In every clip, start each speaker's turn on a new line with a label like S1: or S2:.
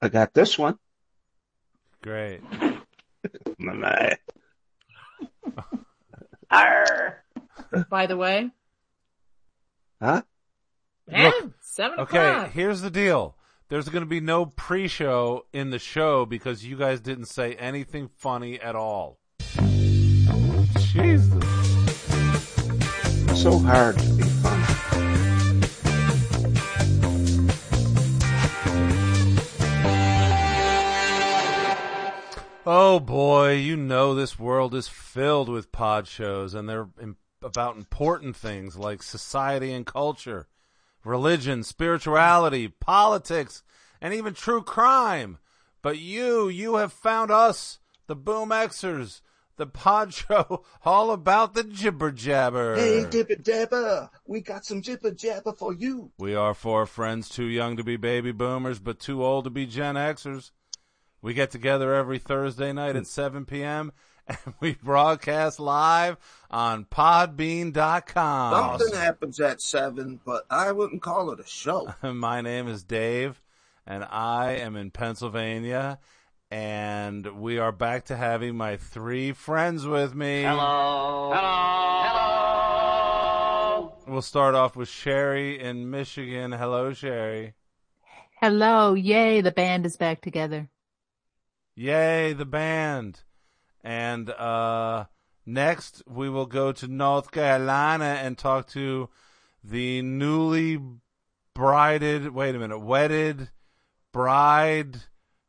S1: I got this one.
S2: Great.
S1: Nah.
S3: Arr.
S4: By the way.
S1: Huh?
S4: Yeah,
S2: Look,
S4: seven
S2: Okay,
S4: o'clock.
S2: here's the deal. There's going to be no pre-show in the show because you guys didn't say anything funny at all. Jesus.
S1: So hard to be funny.
S2: Oh boy, you know this world is filled with pod shows and they're im- about important things like society and culture, religion, spirituality, politics, and even true crime. But you, you have found us, the Boom Xers, the pod show all about the jibber jabber.
S1: Hey, Dibba Dabba, we got some Jibba Jabba for you.
S2: We are four friends too young to be baby boomers, but too old to be Gen Xers. We get together every Thursday night at 7 p.m. and we broadcast live on podbean.com.
S1: Something happens at seven, but I wouldn't call it a show.
S2: My name is Dave and I am in Pennsylvania and we are back to having my three friends with me.
S3: Hello. Hello.
S2: We'll start off with Sherry in Michigan. Hello, Sherry.
S4: Hello, yay, the band is back together.
S2: Yay, the band. And uh, next, we will go to North Carolina and talk to the newly brided, wait a minute, wedded bride,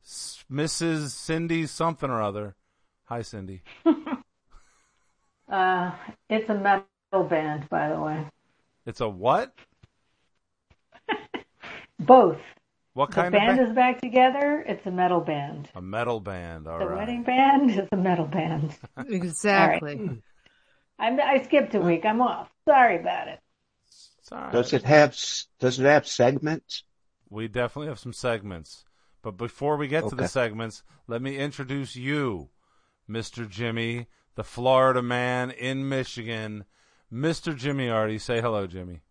S2: s- Mrs. Cindy something or other. Hi, Cindy.
S5: Uh, it's a metal band, by the way.
S2: It's a what?
S5: Both.
S2: What
S5: The
S2: kind
S5: band
S2: of band?
S5: is back together. It's a metal band.
S2: a metal band, all
S5: the
S2: right.
S5: wedding band is a metal band.
S4: Exactly.
S5: I'm, I skipped a week. I'm off. Sorry about it.
S2: It's all right.
S1: Does it have, s- does it have segments?
S2: We definitely have some segments. But before we get to the
S1: Okay.
S2: segments, let me introduce you, Mr. Jimmy, the Florida man in Michigan. Mr. Jimmy Artie, say hello, Jimmy.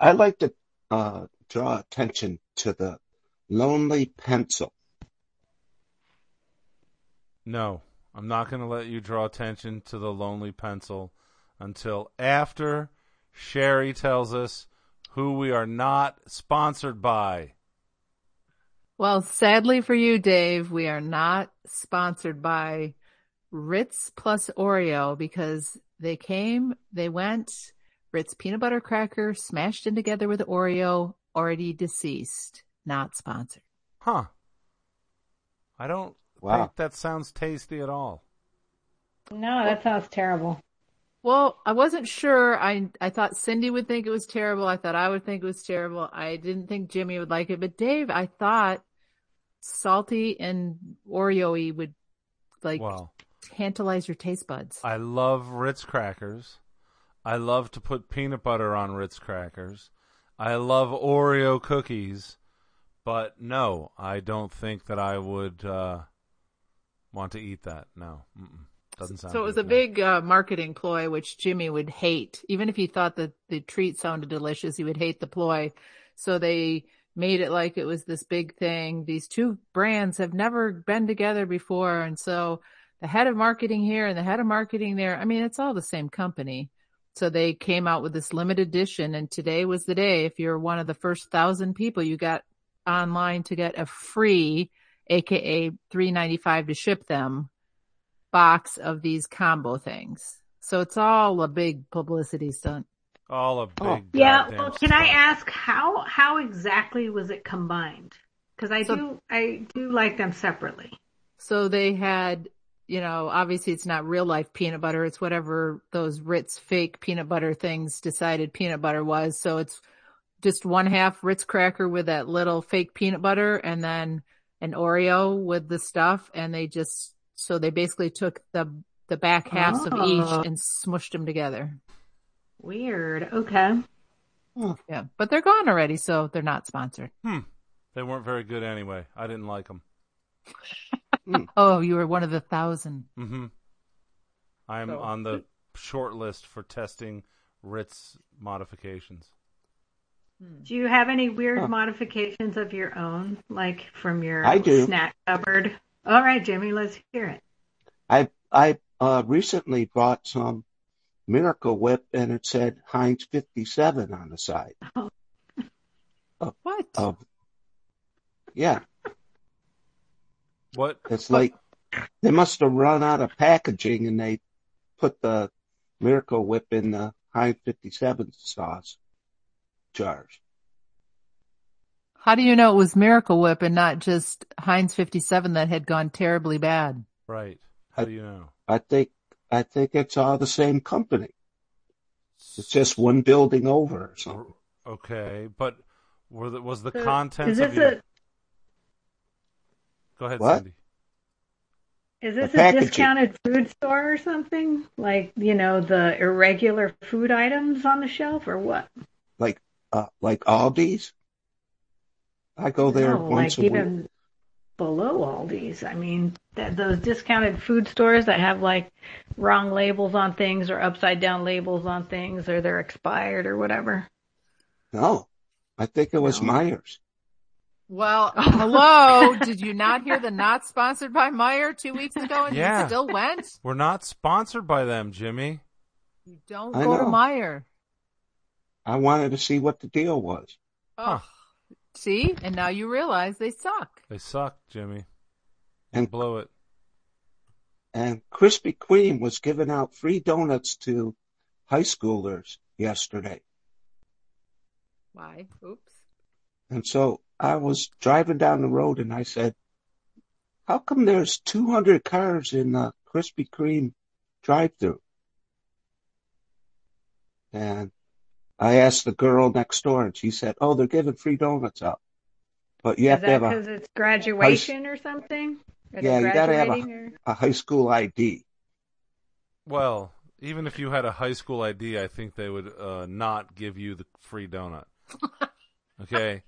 S1: I like to uh, draw attention to the lonely pencil.
S2: No, I'm not going to let you draw attention to the lonely pencil until after Sherry tells us who we are not sponsored by.
S4: Well, sadly for you, Dave, we are not sponsored by Ritz plus Oreo because they came, they went, Ritz peanut butter cracker smashed in together with Oreo, already deceased, not sponsored.
S2: Huh. I don't
S1: Wow.
S2: think that sounds tasty at all.
S5: No, that sounds terrible.
S4: Well, I wasn't sure. I, I thought Cindy would think it was terrible. I thought I would think it was terrible. I didn't think Jimmy would like it, but Dave, I thought salty and Oreo-y would like
S2: Wow.
S4: tantalize your taste buds.
S2: I love Ritz crackers. I love to put peanut butter on Ritz crackers. I love Oreo cookies. But no, I don't think that I would uh, want to eat that. No. Mm-mm. Doesn't sound
S4: So it was
S2: good, no.
S4: a big uh, marketing ploy, which Jimmy would hate. Even if he thought that the treat sounded delicious, he would hate the ploy. So they made it like it was this big thing. These two brands have never been together before. And so the head of marketing here and the head of marketing there, I mean, it's all the same company. So they came out with this limited edition and today was the day. If you're one of the first thousand people, you got online to get a free, aka 395 to ship them box of these combo things. So it's all a big publicity stunt.
S2: All a big.
S1: Oh.
S5: Yeah.
S2: goddamn
S5: Well, can I
S2: stuff.
S5: ask how how exactly was it combined? Because I
S4: So-
S5: do I do like them separately.
S4: So they had, you know, obviously it's not real life peanut butter. It's whatever those Ritz fake peanut butter things decided peanut butter was. So it's just one half Ritz cracker with that little fake peanut butter and then an Oreo with the stuff. And they just, so they basically took the, the back halves of
S5: Oh.
S4: each and smushed them together.
S5: Weird. Okay.
S4: Yeah. But they're gone already. So they're not sponsored.
S2: They weren't very good anyway. I didn't like them.
S4: Oh, you were one of the thousand.
S2: Mm-hmm. I'm
S4: So-
S2: on the short list for testing Ritz modifications.
S4: Hmm.
S5: Do you have any weird
S1: Huh.
S5: modifications of your own, like from your
S1: I do.
S5: snack cupboard? All right, Jimmy, let's hear it.
S1: I I uh, recently bought some Miracle Whip and it said Heinz 57 on the side
S4: What?
S1: of. Yeah,
S2: What?
S1: it's like they must have run out of packaging and they put the Miracle Whip in the Heinz 57 sauce jars.
S4: How do you know it was Miracle Whip and not just Heinz 57 that had gone terribly bad?
S2: Right. How do you know?
S1: I think I think it's all the same company. It's just one building over or something.
S2: Okay, but were the, was the
S5: So,
S2: contents
S5: is
S2: of
S5: this
S2: your?
S5: a
S2: Go ahead,
S1: What?
S2: Cindy.
S5: is this
S1: the
S5: a
S1: packaging.
S5: discounted food store or something? Like you know the irregular food items on the shelf or what?
S1: Like uh, like Aldi's. I go there
S5: no,
S1: once a
S5: like
S1: week.
S5: even below Aldi's. I mean, that, those discounted food stores that have like wrong labels on things or upside down labels on things or they're expired or whatever.
S1: No, I think it was
S5: No.
S1: Myers.
S4: Well, hello. Did you not hear the not sponsored by Meyer two weeks ago and
S2: Yeah.
S4: you still went?
S2: We're not sponsored by them, Jimmy.
S4: You don't
S1: I
S4: go to
S1: know.
S4: Meyer.
S1: I wanted to see what the deal was.
S2: Huh.
S4: See? And now you realize they suck.
S2: They suck, Jimmy.
S1: And
S2: Blow it.
S1: and Krispy Kreme was giving out free donuts to high schoolers yesterday.
S4: Why? Oops.
S1: And so I was driving down the road and I said, how come there's 200 cars in the Krispy Kreme drive through? And I asked the girl next door and she said, oh, they're giving free donuts out. But you
S5: Is
S1: have to
S5: that
S1: have a,
S5: because it's graduation or something? Are they
S1: Yeah, you gotta have a-
S5: graduating or-
S1: a high school ID.
S2: Well, even if you had a high school ID, I think they would uh, not give you the free donut. Okay,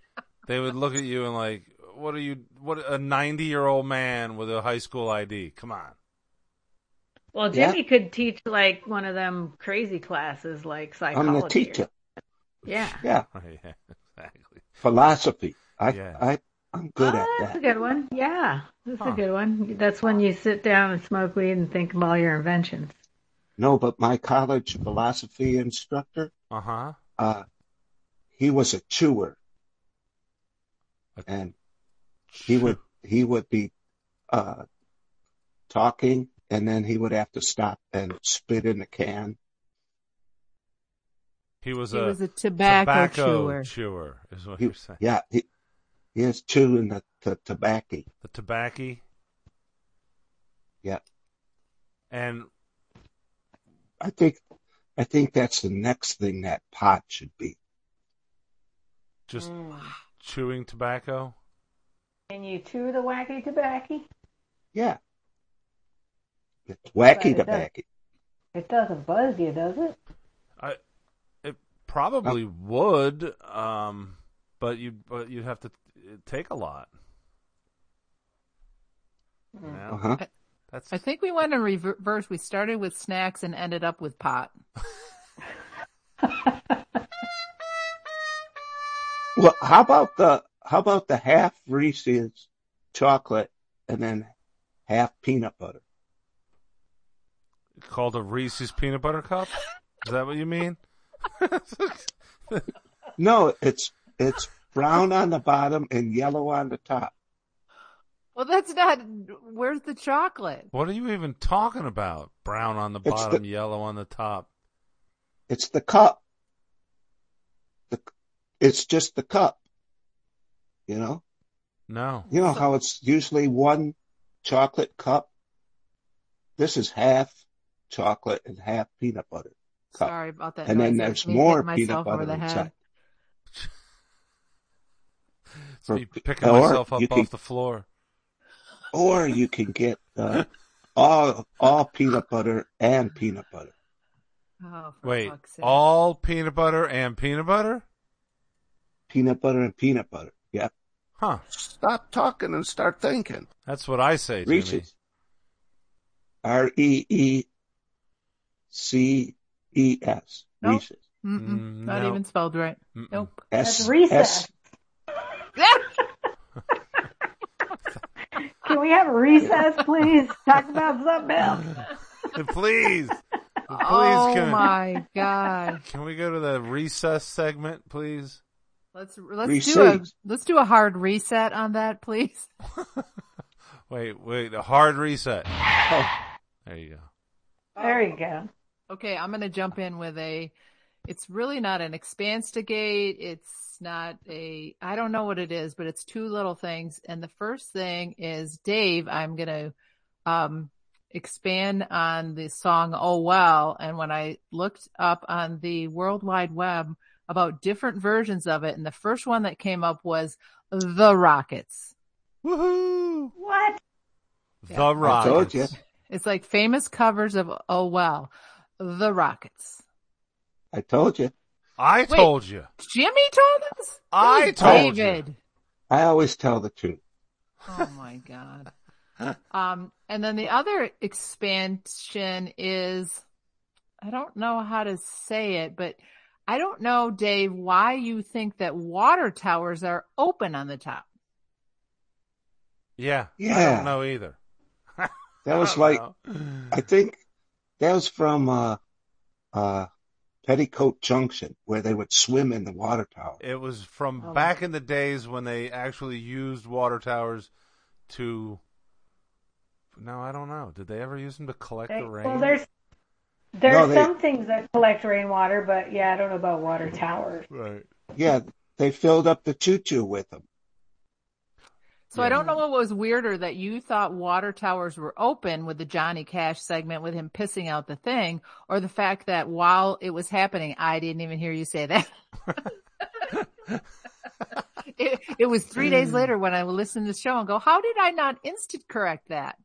S2: they would look at you and like, what are you? What a ninety-year-old man with a high school ID? Come on.
S5: Well,
S1: Yeah.
S5: Jimmy could teach like one of them crazy classes, like psychology.
S1: I'm
S5: or-
S1: the teacher.
S5: Yeah.
S1: Yeah.
S2: Right, yeah, exactly.
S1: Philosophy. I,
S2: Yeah.
S1: I, I'm good
S5: oh,
S1: at
S5: that's
S1: that.
S5: a good one. Yeah, that's
S2: Huh.
S5: a good one. That's when you sit down and smoke weed and think of all your inventions.
S1: No, but my college philosophy instructor,
S2: Uh huh.
S1: uh, he was a chewer and he would he would be uh talking and then he would have to stop and spit in the can
S2: He was
S4: He
S2: a
S4: was a tobacco, chewer.
S2: chewer, is what
S1: He-
S2: you're saying.
S1: yeah he, he is chewing the, the tobacco
S2: The tobacco.
S1: yeah
S2: And
S1: i think i think that's the next thing that pot should be
S2: just chewing tobacco.
S5: Can you chew the wacky tobacco?
S1: yeah it's wacky
S5: But it
S1: tobacco
S5: It doesn't buzz you, does it?
S2: I it probably
S1: Uh,
S2: would, um, but you but you'd have to it'd take a lot.
S4: Mm.
S2: Yeah,
S1: uh-huh
S2: that's
S4: I think we went in reverse. We started with snacks and ended up with pot.
S1: well how about the how about the half reese's chocolate and then half peanut butter
S2: called a Reese's peanut butter cup. Is that what you mean?
S1: no it's it's brown on the bottom and yellow on the top
S4: Well, that's not. Where's the chocolate?
S2: what are you even talking about? Brown on the
S1: It's
S2: bottom,
S1: the-
S2: yellow on the top.
S1: It's the cup. The, it's just the cup. You know,
S2: No,
S1: you know
S4: So-
S1: how it's usually one chocolate cup. This is half chocolate and half peanut butter, Cup.
S4: Sorry about that.
S1: Oh. and then
S4: noise. I
S1: there's
S4: made me
S1: more
S4: hit
S1: peanut
S4: myself over
S1: butter
S4: the head.
S1: inside.
S2: it's me
S1: For-
S2: picking
S1: or
S2: myself up
S1: you
S2: off
S1: could-
S2: the floor.
S1: Or you can get uh, all all peanut butter and peanut butter.
S4: Oh, for
S2: Wait,
S4: fuck's sake.
S2: all peanut butter and peanut butter?
S1: Peanut butter and peanut butter. Yep.
S2: Huh?
S1: Stop talking and start thinking.
S2: That's what I say, Jimmy.
S1: Reese's. R E E C E S.
S4: Nope.
S1: Reese's.
S4: Mm-mm.
S2: Mm,
S4: Not
S2: no.
S4: even spelled right.
S2: Mm-mm.
S4: Nope.
S1: S-
S3: That's recess.
S1: S-
S5: Can we have a recess, please? Talk about something else.
S2: Please. Please
S4: oh
S2: can,
S4: my god.
S2: can we go to the recess segment, please?
S4: Let's let's do
S1: Reset.
S4: a let's do a hard reset on that, please.
S2: Wait, wait, a hard reset.
S1: Oh.
S2: There you go.
S5: There you go.
S4: Okay, I'm going to jump in with a. It's really not an expanstigate. It's not a. I don't know what it is, but it's two little things. And the first thing is Dave. I'm going to um, expand on the song "Oh Well." And when I looked up on the World Wide Web about different versions of it, and the first one that came up was "The Rockets."
S2: Woohoo!
S5: What?
S2: The
S1: I
S2: Rockets.
S1: told you.
S4: It's like famous covers of "Oh Well," "The Rockets."
S1: I told you.
S2: I
S4: Wait.
S2: told you.
S4: Jimmy told us.
S2: I
S4: Ooh,
S2: told you.
S4: David.
S1: I always tell the truth.
S4: Oh my god. um, and then the other expansion is, I don't know how to say it, but I don't know, Dave, why you think that water towers are open on the top.
S2: Yeah. I
S1: Yeah.
S2: don't know either. Uh,
S1: That
S2: I
S1: was
S2: don't
S1: like,
S2: know.
S1: I think that was from, uh, uh, Petticoat Junction where they would swim in the water tower.
S2: It was from
S4: Oh.
S2: back in the days when they actually used water towers to. No, I don't know. Did they ever use them to collect
S5: They-
S2: the rain?
S5: well, there's there's
S1: No, they-
S5: some things that collect rainwater, but yeah, I don't know about water towers.
S2: right.
S1: Yeah. They filled up the choo-choo with them.
S4: So I don't know what was weirder that you thought water towers were open with the Johnny Cash segment with him pissing out the thing or the fact that while it was happening, I didn't even hear you say that. it, it was three
S2: Mm.
S4: days later when I listened to the show and go, how did I not instant correct that?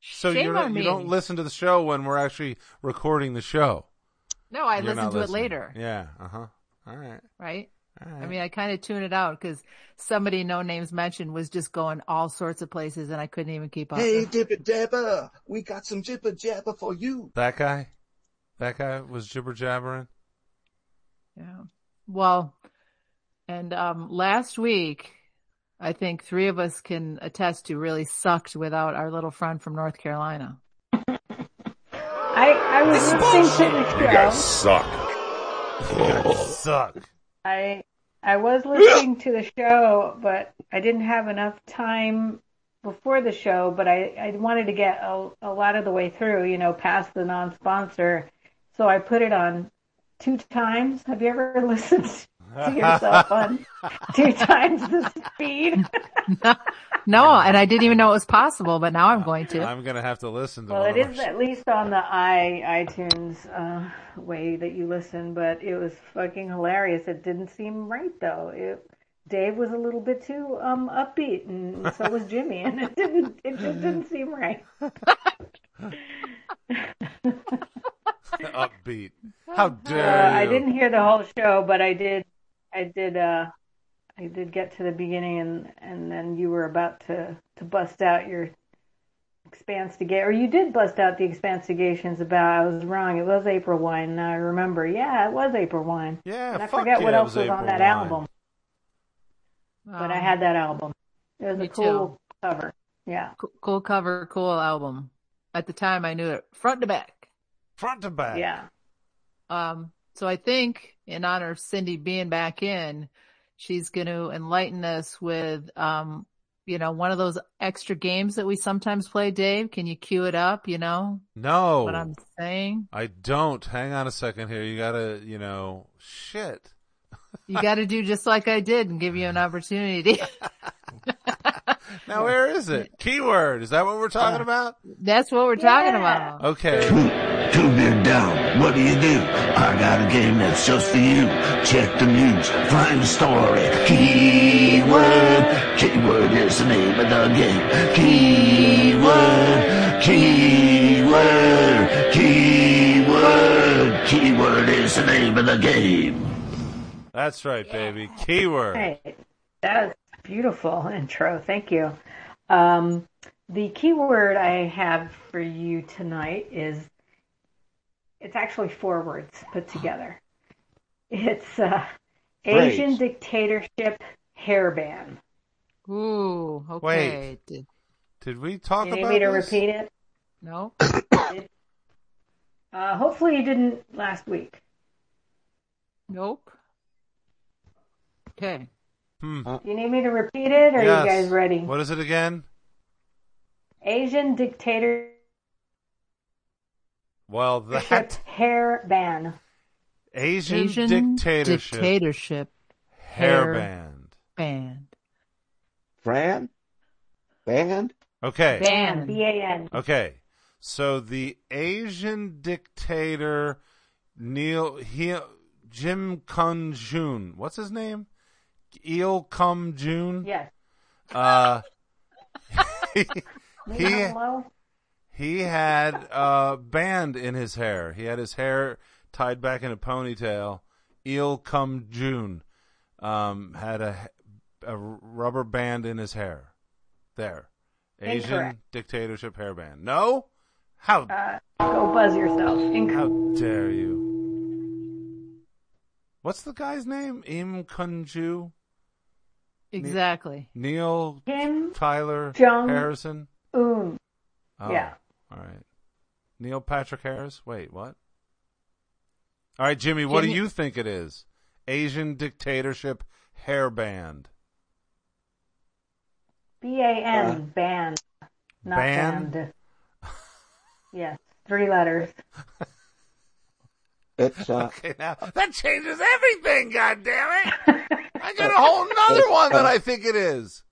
S2: So
S4: Shame
S2: you're not,
S4: on
S2: you
S4: me.
S2: don't listen to the show when we're actually recording the show.
S4: No, I
S2: You're
S4: listened
S2: not
S4: to it
S2: listening.
S4: later,
S2: Yeah. Uh huh. All right.
S4: right?
S2: All right.
S4: I mean, I kind of tune it out because somebody no names mentioned was just going all sorts of places and I couldn't even keep up.
S1: Hey, Dipper Dabber, we got some Jibber Jabber for you.
S2: that guy, that guy was jibber jabbering.
S4: Yeah. Well, and um, last week, I think three of us can attest to really sucked without our little friend from North Carolina.
S5: I I was listening to the show.
S2: Suck.
S5: I I was listening to the show, but I didn't have enough time before the show. But I, I wanted to get a, a lot of the way through, you know, past the non-sponsor. So I put it on two times. Have you ever listened to yourself on two times the speed?
S4: No, and I didn't even know it was possible, but now I'm going to.
S2: I'm gonna have to listen to.
S5: Well,
S2: one
S5: it
S2: of our
S5: is at least on the i iTunes uh, way that you listen, but it was fucking hilarious. It didn't seem right though. It, Dave was a little bit too um, upbeat, and so was Jimmy, and it didn't it just didn't seem right.
S2: upbeat. How
S5: Uh,
S2: dare you?
S5: I didn't hear the whole show, but I did I did uh, I did get to the beginning, and and then you were about to to bust out your expanse to or you did bust out the expansigations about I was wrong. It was April Wine. Now I remember. Yeah, it was April Wine.
S2: Yeah,
S5: and I
S2: fuck
S5: forget
S2: yeah,
S5: what
S2: it
S5: else
S2: was
S5: was on
S2: April
S5: that
S2: Wine.
S5: album, but I
S4: Um,
S5: had that album. It was
S4: me
S5: a
S4: too.
S5: cool cover. Yeah.
S4: co- Um, cool cover, cool album. At the time, I knew it front to back.
S2: front to back.
S5: Yeah.
S4: Um, so I think in honor of Cindy being back in, she's going to enlighten us with, um, you know, one of those extra games that we sometimes play, Dave. Can you cue it up? You know
S2: No,
S4: what I'm saying?
S2: I don't. Hang on a second here. You gotta, you know, shit.
S4: You got to do just like I did and give you an opportunity.
S2: Now where is it? Keyword. Is that what we're talking
S4: Uh,
S2: about?
S4: That's what we're talking
S5: Yeah.
S4: about.
S2: Okay.
S6: Too big down. What do you do? I got a game that's just for you. Check the news. Find the story. Keyword. Keyword is the name of the game. Keyword. Keyword. Keyword. Keyword is the name of the game.
S2: That's right, baby. Keyword.
S5: Right. That was a beautiful intro. Thank you. Um, the keyword I have for you tonight is it's actually four words put together. It's uh,
S1: Great.
S5: Asian dictatorship hair ban.
S4: Ooh, okay. Did-
S2: Did we talk
S5: You need
S2: about
S5: me to
S2: this?
S5: repeat it?
S4: no?
S5: Uh, hopefully you didn't last week.
S4: Nope. Okay.
S2: Hmm.
S5: Do you need me to repeat it, or are
S2: Yes.
S5: you guys ready?
S2: What is it again?
S5: Asian dictatorship
S2: Well, that
S5: hair ban.
S2: Asian,
S4: Asian
S2: dictatorship
S4: dictatorship
S2: hair
S4: hair-
S2: band.
S4: band.
S1: Fran? Band?
S2: Okay.
S4: Ban.
S5: B A N.
S2: Okay. So the Asian dictator Neil he, Jim Kun Jun. What's his name? Il Kum Jun.
S5: Yes.
S2: Uh, he,
S5: Leave
S2: he,
S5: it alone.
S2: he had a band in his hair. He had his hair tied back in a ponytail. Il Kum Jun um, had a, a rubber band in his hair. There. Asian
S5: Incorrect.
S2: dictatorship hair band. No? How
S5: Uh, go buzz yourself.
S2: How
S5: Inc-
S2: dare you? What's the guy's name? Im Kunju?
S4: Exactly.
S2: Neil
S5: Kim
S2: Tyler
S5: Jong-
S2: Harrison?
S5: Un. Yeah.
S2: Oh, All right. Neil Patrick Harris? Wait, what? All right, Jimmy, what do
S4: Jimmy-
S2: you think it is? Asian dictatorship hair band.
S5: B A N. Ban. Not
S2: Ban?
S5: banned. Yes. Three letters.
S1: It's uh,
S2: Okay, now that changes everything, God damn it! I got a whole
S5: Uh,
S2: nother one that I think it is.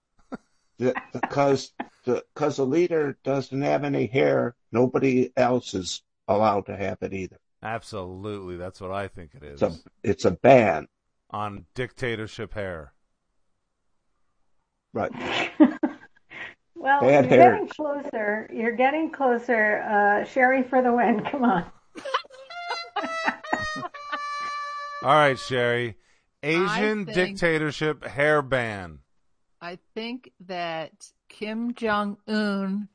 S1: because the because the leader doesn't have any hair, nobody else is allowed to have it either.
S2: Absolutely, that's what I think it
S1: It's
S2: is.
S1: a it's a ban,
S2: On dictatorship hair.
S1: right?
S5: Well,
S1: Bad
S5: you're
S1: hair.
S5: getting closer. You're getting closer. Uh, Sherry for the win. Come on.
S2: All right, Sherry. Asian
S4: think-
S2: dictatorship hair ban.
S4: I think that Kim Jong Un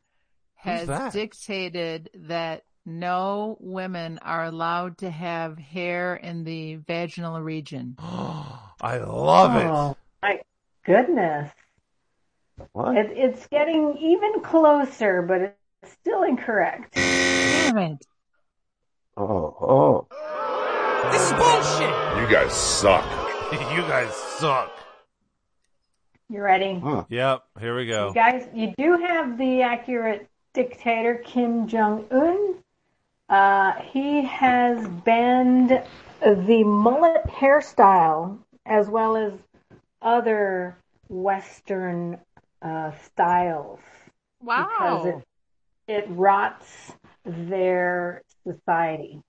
S4: has
S2: that?
S4: dictated that no women are allowed to have hair in the vaginal region.
S2: I love
S5: Oh, my goodness.
S1: What?
S5: It, it's getting even closer, but it's still incorrect.
S4: Damn it.
S1: Oh, oh.
S7: You guys suck.
S2: it. you guys suck.
S5: You ready?
S1: Huh.
S2: Yep, here we
S5: You
S2: go.
S5: guys, you do have the accurate dictator Kim Jong Un. Uh, he has banned the mullet hairstyle as well as other Western uh, styles because
S4: Wow.
S5: it, it rots their society.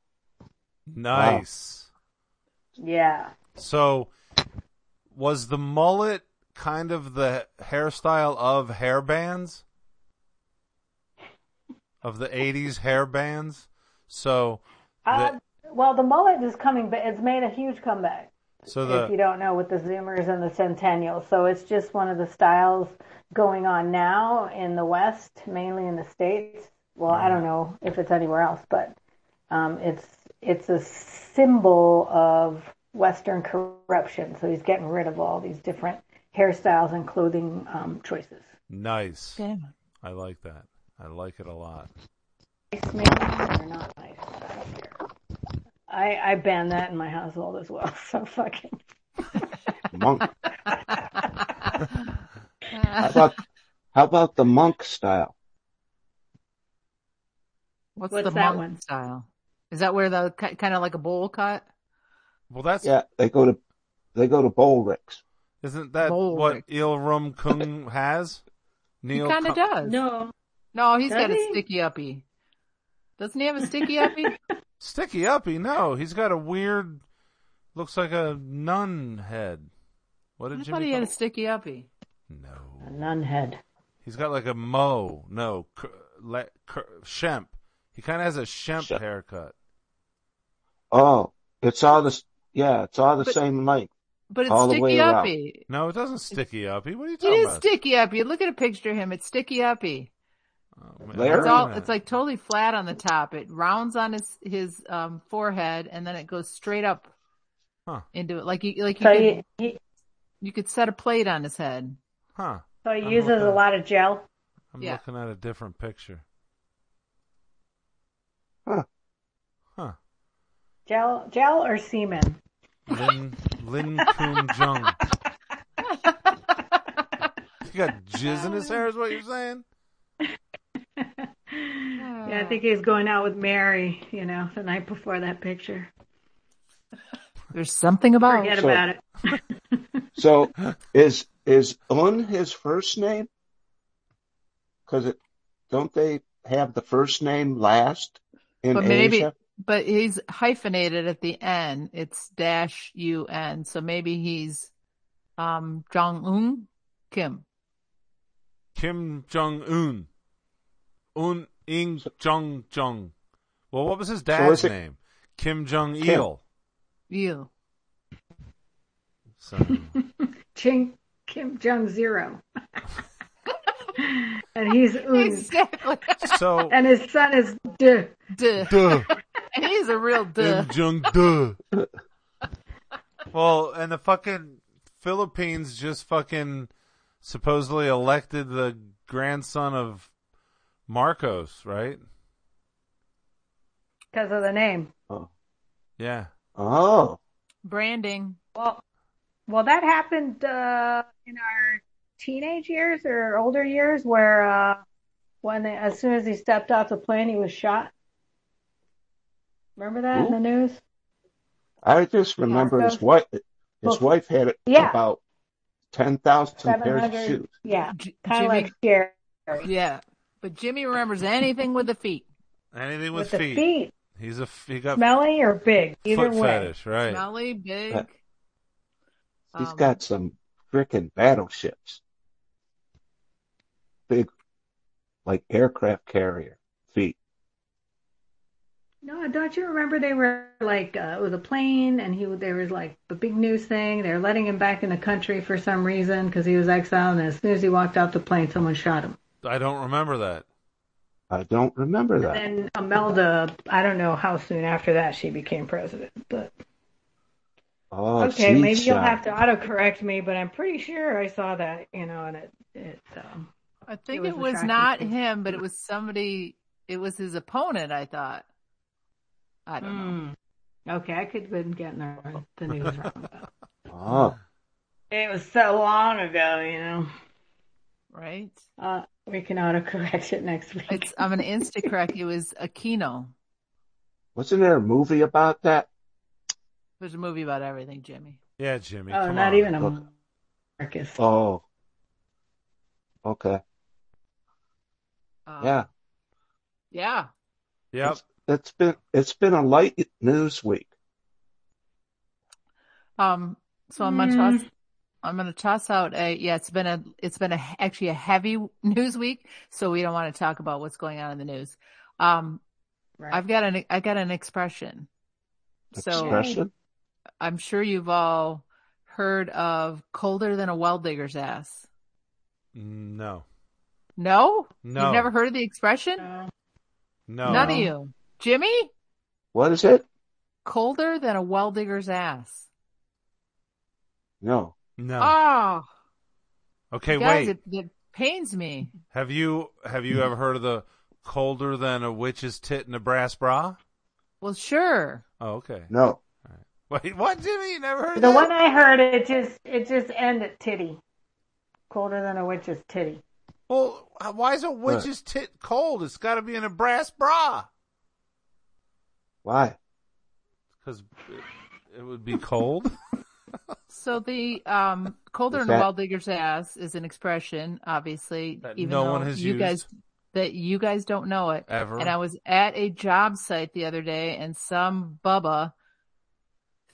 S2: Nice.
S5: Yeah.
S2: So, was the mullet kind of the hairstyle of hair bands? Of the 80s hair bands? So,
S5: Uh,
S2: the,
S5: well, the mullet is coming, but it's made a huge comeback.
S2: so
S5: if you
S2: the,
S5: don't know, with the Zoomers and the Centennials. So it's just one of the styles going on now in the West, mainly in the States. Well, I don't know if it's anywhere else, but um, it's it's a symbol of Western corruption. So he's getting rid of all these different hairstyles and clothing um, choices.
S2: nice.
S4: Damn it.
S2: I like that. I like it a lot.
S5: Nice maybe or not nice, but I don't care. I, I ban that in my household as well. So fucking.
S1: monk. How about how about the monk style?
S4: What's,
S5: What's
S4: the
S5: that
S4: monk
S5: one?
S4: style? Is that where the ki- kind of like a bowl cut?
S2: Well, that's
S1: Yeah, they go to they go to bowl ricks.
S2: Isn't that
S4: Bold.
S2: what Il Rum Kung has? Neil
S4: he kind of
S2: Kung-
S4: does.
S5: No.
S4: no, he's got
S5: Does
S4: a
S5: he?
S4: sticky uppy. Doesn't he have a sticky uppy?
S2: Sticky Uppy, no. He's got a weird, looks like a nun head. What did
S4: I
S2: Jimmy
S4: thought he had
S2: call
S4: a
S2: it?
S4: sticky uppy.
S2: No.
S5: None head.
S2: He's got like a mo. No. K- le- k- shemp. He kind of has a shemp,
S1: Shemp.
S2: haircut.
S1: Oh, it's all the s- yeah, it's all the
S4: But-
S1: same length.
S4: But it's
S1: All the way
S4: sticky
S1: around.
S4: uppy.
S2: No, it doesn't Sticky Uppy. What are you
S4: It
S2: talking
S4: is
S2: about?
S4: sticky uppy. Look at a picture of him. It's sticky uppy.
S2: Oh,
S1: Larry?
S4: It's all
S2: Wait a
S4: it's like totally flat on the top. It rounds on his his um, forehead and then it goes straight up
S2: Huh.
S4: into it. Like you, like you,
S5: So
S4: could,
S5: you, you,
S4: you could set a plate on his head.
S2: Huh.
S5: so
S2: I'm
S5: he uses
S2: looking-
S5: a lot of gel.
S2: I'm
S4: Yeah.
S2: looking at a different picture.
S1: Huh.
S2: Huh.
S5: Gel, gel or semen?
S2: Lin Lin Kun Jung. He got jizz in his hair, is what you're saying?
S5: Yeah, I think he was going out with Mary, you know, the night before that picture.
S4: There's something about
S5: Forget
S1: So-
S5: about it.
S1: So is is Un his first name? Because don't they have the first name last in
S4: But maybe-
S1: Asia?
S4: But he's hyphenated at the end. It's dash U N. So maybe he's um Jong Un Kim.
S2: Kim Jong Un. Un Ing Jong Jong. Well, what was his dad's
S1: is it-
S2: name? Kim Jong Il.
S4: You.
S2: So,
S5: Ching Kim Jong Zero. and he's Un.
S4: Exactly.
S2: so
S5: And his son is D.
S4: duh.
S2: duh.
S4: He's a real duh.
S2: Kim Jong duh. well, and the fucking Philippines just fucking supposedly elected the grandson of Marcos, right?
S5: because of the name.
S1: Oh.
S2: Yeah.
S1: oh,
S4: Branding.
S5: Well, well, that happened uh, in our teenage years or older years, where uh, when they, as soon as he stepped off the plane, he was shot. Remember that in the news?
S1: I just remember his
S5: so-
S1: wife. His
S5: Well,
S1: wife had
S5: yeah.
S1: about ten thousand
S5: Seven
S1: pairs of
S5: hundred.
S1: shoes.
S5: Yeah,
S4: J-
S5: kind of like Jerry with,
S4: Yeah. But Jimmy remembers anything with the feet.
S2: Anything with,
S5: the
S2: feet.
S5: feet.
S2: He's a he got
S5: smelly or big, either
S2: foot
S5: way.
S2: fetish, right?
S4: Smelly, big.
S1: Uh, He's
S4: Um,
S1: got some frickin' battleships, big like aircraft carrier feet.
S5: No, don't you remember they were like uh, it was a plane, and he there was like a big news thing. They were letting him back in the country for some reason because he was exiled, and as soon as he walked off the plane, someone shot him.
S2: I don't remember that.
S1: I don't remember that.
S5: Then Imelda, I don't know how soon after that she became president, but
S1: oh,
S5: okay, maybe
S1: geez,
S5: you'll
S1: uh,
S5: have to autocorrect me, but I'm pretty sure I saw that, you know, and it it um,
S4: I think
S5: was
S4: it was
S5: attractive
S4: not
S5: to-
S4: him, but it was somebody. It was his opponent. I thought. I don't
S5: Mm.
S4: know.
S5: Hmm. okay, I could have been getting the, the news wrong. but
S1: Oh,
S5: It was so long ago, you know.
S4: Right?
S5: Uh, we can autocorrect it next week.
S4: It's. I'm an instacorrect. It was Aquino.
S1: wasn't there a movie about that?
S4: There's a movie about everything, Jimmy.
S2: Yeah, Jimmy.
S5: oh,
S2: come on.
S5: not even a
S1: Look.
S5: Marcus.
S1: Oh, okay,
S4: Um,
S1: yeah.
S4: Yeah.
S2: Yep.
S1: It's been it's been a light news week.
S4: Um. So I'm gonna
S5: Mm.
S4: toss. I'm gonna toss out a. Yeah. It's been a. It's been a actually a heavy news week. So we don't want to talk about what's going on in the news. Um.
S5: Right.
S4: I've got an. I got an expression. So
S1: Expression.
S4: I'm sure you've all heard of colder than a well digger's ass.
S2: No.
S4: No?
S2: No.
S4: You've never heard of the expression?
S5: No.
S2: No.
S4: None of you. Jimmy?
S1: What is it?
S4: Colder than a well digger's ass.
S1: No.
S2: No.
S4: Oh,
S2: okay,
S4: guys,
S2: wait.
S4: it, it pains me.
S2: Have you have you ever heard of the colder than a witch's tit in a brass bra?
S4: Well, sure.
S2: Oh, okay.
S1: No.
S2: Wait, what, Jimmy? You never heard
S5: The
S2: that?
S5: one I heard, it just it just ended titty. Colder than a witch's titty.
S2: Well, why is a witch's tit cold? It's got to be in a brass bra.
S1: Why?
S2: Because it, it would be cold.
S4: So the um, colder
S1: Is
S4: than a
S1: that-
S4: well digger's ass is an expression, obviously,
S2: That
S4: even
S2: no
S4: though
S2: one has
S4: you
S2: used.
S4: guys that you guys don't know it.
S2: Ever.
S4: And I was at a job site the other day and some bubba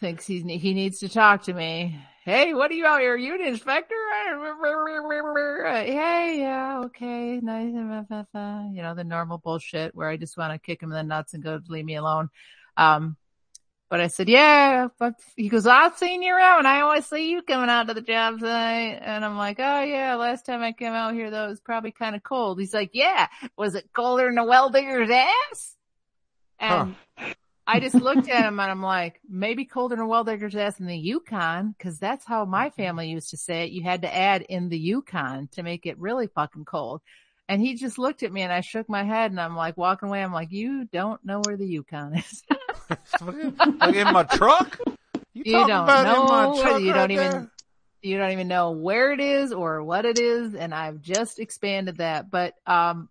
S4: thinks he, he needs to talk to me. Hey, what are you out here? You an inspector? Hey, yeah, okay. Nice. You know, the normal bullshit where I just want to kick him in the nuts and go, leave me alone. Um, but I said, yeah, but he goes, I've seen you around. I always see you coming out to the job site. And I'm like, oh yeah, last time I came out here though, it was probably kind of cold. He's like, yeah, was it colder than a well digger's ass? And I just looked at him and I'm like, maybe Colden or Welldicker's ass in the Yukon, because that's how my family used to say it. You had to add in the Yukon to make it really fucking cold. And he just looked at me and I shook my head and I'm like walking away. I'm like, you don't know where the Yukon is.
S2: like in my truck? You,
S4: You
S2: talking
S4: don't
S2: about in my
S4: know,
S2: truck
S4: you don't
S2: right
S4: even-
S2: there?
S4: you don't even know where it is or what it is. And I've just expanded that, but, um,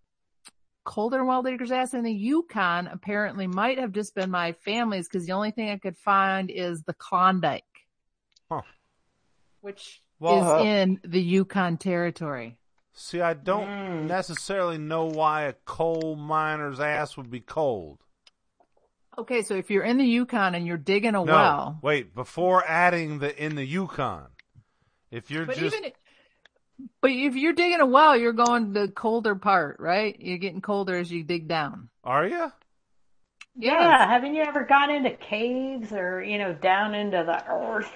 S4: Colder and Welldicker's ass in the Yukon apparently might have just been my family's because the only thing I could find is the Klondike,
S2: Huh.
S4: which
S2: Well, uh,
S4: is
S1: huh.
S4: in the Yukon territory.
S2: See, I don't
S3: Mm.
S2: necessarily know why a coal miner's ass would be cold.
S4: Okay, so if you're in the Yukon and you're digging a
S2: no,
S4: Oh, well,
S2: wait. Before adding the in the Yukon, if you're
S4: but
S2: just
S4: even but if you're digging a well, you're going the colder part, right? You're getting colder as you dig down.
S2: are you?
S5: Yeah, haven't you ever gone into caves or, you know, down into the earth?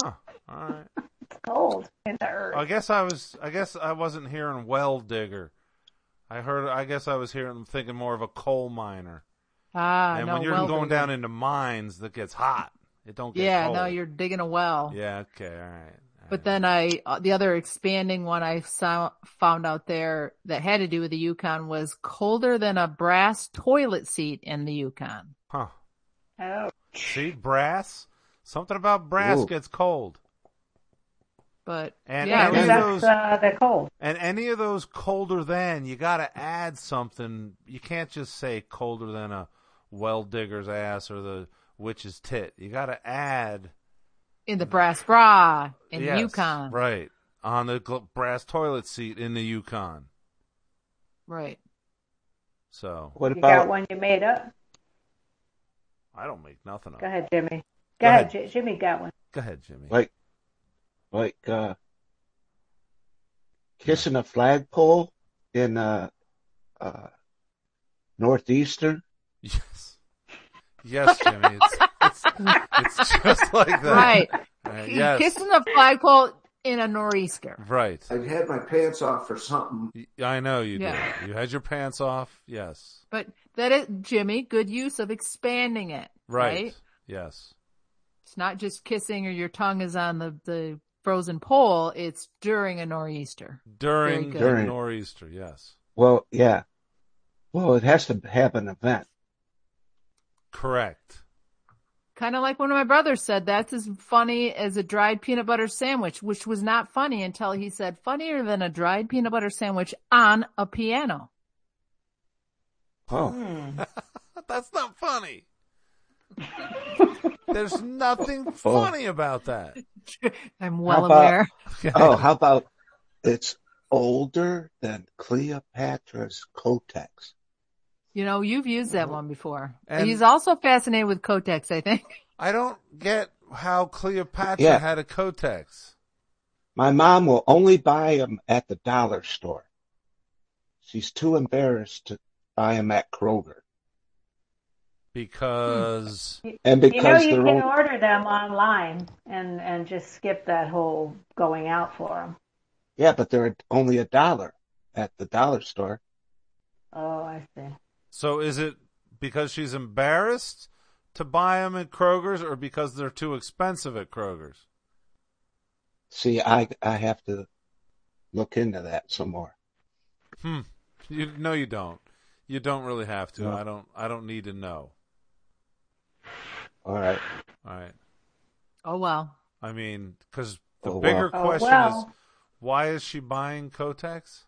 S2: Huh. All right.
S5: It's cold in the earth.
S2: I guess I was. I guess I wasn't hearing well digger. I heard. I guess I was hearing thinking more of a coal miner.
S4: Ah,
S2: and
S4: no,
S2: when you're
S4: well
S2: going
S4: digger.
S2: down into mines, that gets hot. It don't get
S4: yeah,
S2: cold.
S4: no, you're digging a well.
S2: Yeah. Okay. All right.
S4: But then
S2: I.
S4: I, uh, the other expanding one I saw, found out there that had to do with the Yukon was colder than a brass toilet seat in the Yukon.
S2: Huh. Uh,
S5: Oh,
S2: See, brass. Something about brass
S1: Ooh.
S2: gets cold.
S4: But
S2: And
S4: yeah,
S2: I
S4: it
S2: think
S4: was-
S5: that's
S2: those-
S5: uh, the cold.
S2: And any of those colder than, you got to add something. You can't just say colder than a well digger's ass or the witch's tit. You got to add
S4: in the brass bra in
S2: Yes,
S4: the Yukon. Right.
S2: right on the gl- brass toilet seat in the Yukon. So
S1: What
S5: You
S1: about
S5: got one you made up.
S2: I don't make nothing up.
S5: Go ahead, Jimmy. Go,
S2: Go
S5: ahead,
S2: ahead.
S5: J- Jimmy. Got one.
S2: Go ahead, Jimmy.
S1: like like uh kissing a flagpole in uh uh northeastern
S2: Yes, yes, Jimmy. It's, it's, it's just like that.
S4: Right.
S2: Uh, yes.
S4: Kissing the flagpole in a nor'easter.
S2: Right.
S6: I had my pants off for something.
S2: Y- I know you
S4: Yeah.
S2: did. You had your pants off. Yes.
S4: But that is, Jimmy, good use of expanding it.
S2: Right. Yes.
S4: It's not just kissing or your tongue is on the, the frozen pole. It's during a nor'easter.
S2: During
S4: good.
S2: the
S1: During.
S2: nor'easter. Yes.
S1: well yeah well it has to have an event
S2: Correct.
S4: Kind of like one of my brothers said, that's as funny as a dried peanut butter sandwich, which was not funny until he said funnier than a dried peanut butter sandwich on a piano.
S1: oh
S4: Mm.
S2: That's not funny. There's nothing funny about that.
S4: I'm well
S1: How about-
S4: aware.
S1: oh how about it's older than cleopatra's kotex
S4: You know, you've used that one before.
S2: And-
S4: He's also fascinated with Kotex, I think.
S2: I don't get how Cleopatra
S1: Yeah.
S2: had a Kotex.
S1: my mom will only buy them at the dollar store she's too embarrassed to buy them at kroger
S2: Because
S1: and
S5: You know,
S1: because
S5: you
S1: they're
S5: can
S1: all
S5: order them online and and just skip that whole going out for them.
S1: yeah but they're only a dollar at the dollar store
S5: Oh, I see.
S2: so is it because she's embarrassed to buy them at Kroger's, or because they're too expensive at Kroger's?
S1: See, I I have to look into that some more.
S2: Hmm. You no, you don't. You don't really have to.
S1: No.
S2: I don't. I don't need to know.
S1: All right.
S2: All right.
S4: Oh well.
S2: I mean, because the
S1: Oh, wow.
S2: bigger
S5: Oh,
S2: question is
S5: well.
S2: why is she buying Kotex?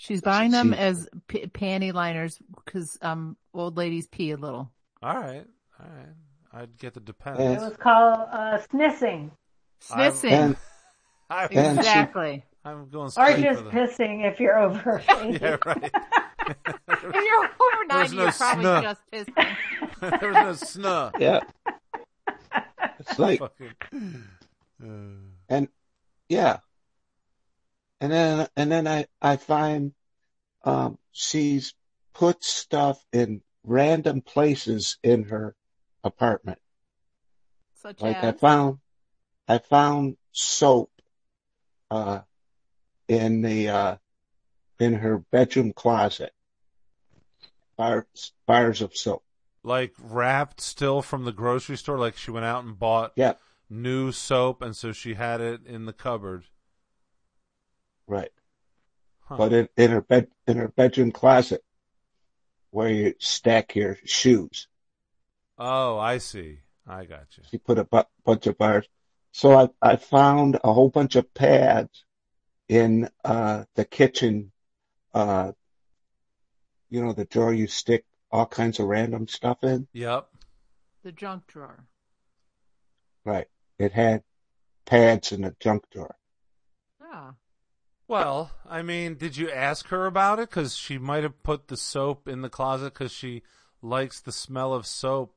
S4: She's buying them
S1: She-
S4: as p- panty liners because, um, old ladies pee a little.
S2: All right. All right. I'd get the
S5: It
S2: dependence.
S5: was called uh, snissing
S2: I'm-
S4: Snissing.
S1: And
S2: I'm,
S1: and she-
S4: Exactly.
S2: I'm going
S5: or
S2: straight
S5: just
S2: for the.
S5: pissing if you're over. eighty.
S2: Yeah, right.
S4: If you're over 90,
S2: no
S4: you're probably
S2: snuff.
S4: just pissing.
S2: there was no snub.
S1: yeah. It's like
S2: Fucking- uh,
S1: and yeah. And then and then I I find um she's put stuff in random places in her apartment.
S4: Such
S1: Like I
S4: as.
S1: found I found soap uh in the uh in her bedroom closet. Bars bars of soap.
S2: like wrapped still from the grocery store? Like she went out and bought
S1: Yeah,
S2: new soap, and so she had it in the cupboard.
S1: right.
S2: Huh.
S1: But in, in her bed, in her bedroom closet, where you stack your shoes,
S2: oh, I see. I got you.
S1: she put a bu- bunch of bars. So I, I found a whole bunch of pads in uh, the kitchen. Uh, you know, the drawer you stick all kinds of random stuff in.
S2: Yep.
S4: The junk drawer.
S1: Right. It had pads in the junk drawer.
S4: Ah,
S2: Well, I mean, did you ask her about it? Because she might have put the soap in the closet because she likes the smell of soap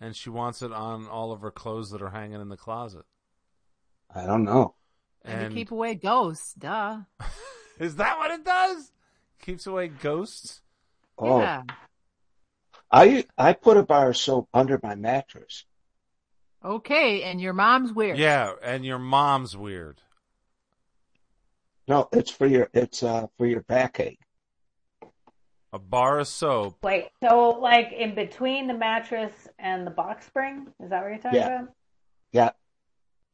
S2: and she wants it on all of her clothes that are hanging in the closet.
S1: I don't know.
S4: and,
S2: And
S4: to keep away ghosts, duh.
S2: is that what it does? Keeps away ghosts?
S1: Oh,
S4: Yeah.
S1: I I put a bar of soap under my mattress.
S4: Okay, and your mom's weird.
S2: Yeah, and your mom's weird.
S1: No, it's for your it's uh for your backache.
S2: A bar of soap.
S5: Wait, so like in between the mattress and the box spring? Is that what you're talking
S1: Yeah.
S5: about?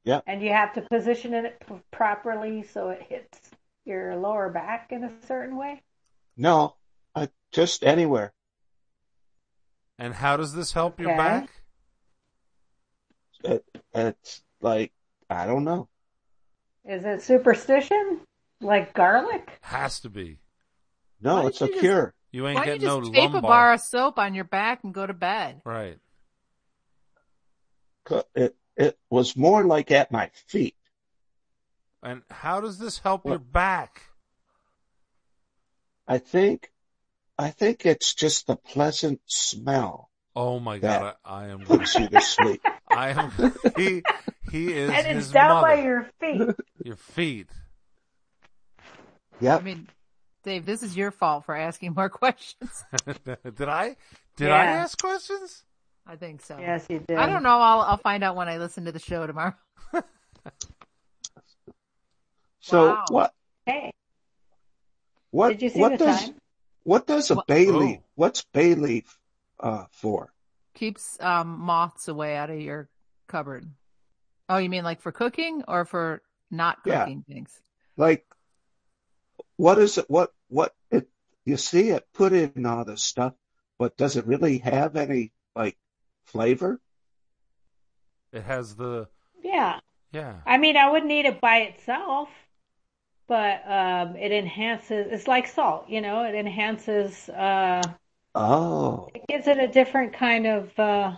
S1: Yeah,
S5: And you have to position it p- properly so it hits your lower back in a certain way?
S1: no, I, just anywhere.
S2: And how does this help your
S5: Okay.
S2: back?
S1: It, it's like I don't know.
S5: Is it superstition? Like garlic?
S2: Has to be.
S1: No,
S4: Why
S1: it's a
S4: don't you just-
S1: cure.
S2: You ain't
S4: Why don't you
S2: getting no
S4: just tape
S2: lumbar.
S4: a bar of soap on your back and go to bed?
S2: Right.
S1: Co- It it was more like at my feet.
S2: And how does this help
S1: What?
S2: your back?
S1: I think, I think it's just the pleasant smell
S2: Oh my god,
S1: That.
S2: I, I am
S1: puts you to sleep.
S2: I am. He he is
S5: and
S2: his
S5: it's down
S2: mother.
S5: by
S2: your...
S5: your
S2: feet.
S5: feet.
S4: I
S1: Yep.
S4: mean, Dave, this is your fault for asking more questions.
S2: did I? Did I
S5: Yeah.
S2: ask questions?
S4: I think so.
S5: yes, you do.
S4: I don't know. I'll I'll find out when I listen to the show tomorrow.
S1: So
S4: Wow.
S1: what
S5: Hey,
S1: what
S5: did you see
S1: what
S5: the
S1: does
S5: time?
S1: what does a
S4: What-
S1: bay
S2: Oh.
S1: leaf? What's bay leaf uh for?
S4: Keeps um, moths away out of your cupboard. Oh, you mean like for cooking or for not
S1: Yeah.
S4: cooking things?
S1: like what is it what what it you see it put in all this stuff but does it really have any like flavor
S2: It has the
S5: Yeah.
S2: yeah.
S5: I mean, I wouldn't eat it by itself, but um, it enhances, it's like salt, you know, it enhances, uh,
S1: oh
S5: it gives it a different kind of, uh,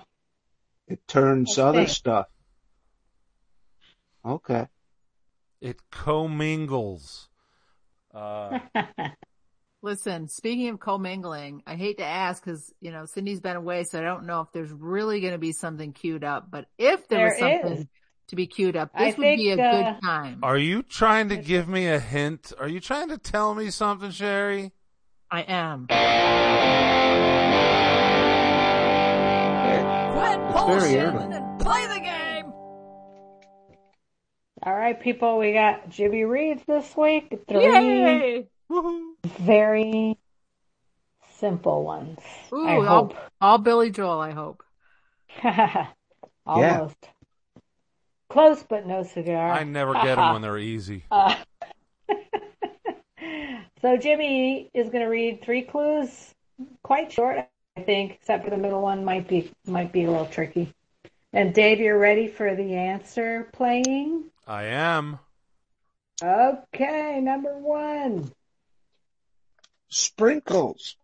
S1: it turns
S5: I
S1: other
S5: see.
S1: stuff okay
S2: It commingles. Uh,
S4: Listen, speaking of commingling, I hate to ask because you know Cindy's been away, so I don't know if there's really going to be something queued up. But if there,
S5: There
S4: was something
S5: is.
S4: to be queued up,
S5: I
S4: this would be a
S5: think, uh,
S4: good time.
S2: are you trying to give me a hint? Are you trying to tell me something, Sherry?
S4: I am.
S1: It's very early.
S4: play the game.
S5: all right, people, we got Jimmy Reeds this week. Three
S4: Yay!
S2: Woohoo!
S5: very simple ones.
S4: Ooh,
S5: I
S4: all,
S5: hope.
S4: all Billy Joel, I hope.
S5: Almost. Close but no cigar.
S2: I never get them when they're easy.
S5: Uh, so Jimmy is going to read three clues, quite short, I think, except for the middle one might be might be a little tricky. And Dave, you're ready for the answer playing?
S2: I am.
S5: Okay, number one,
S1: sprinkles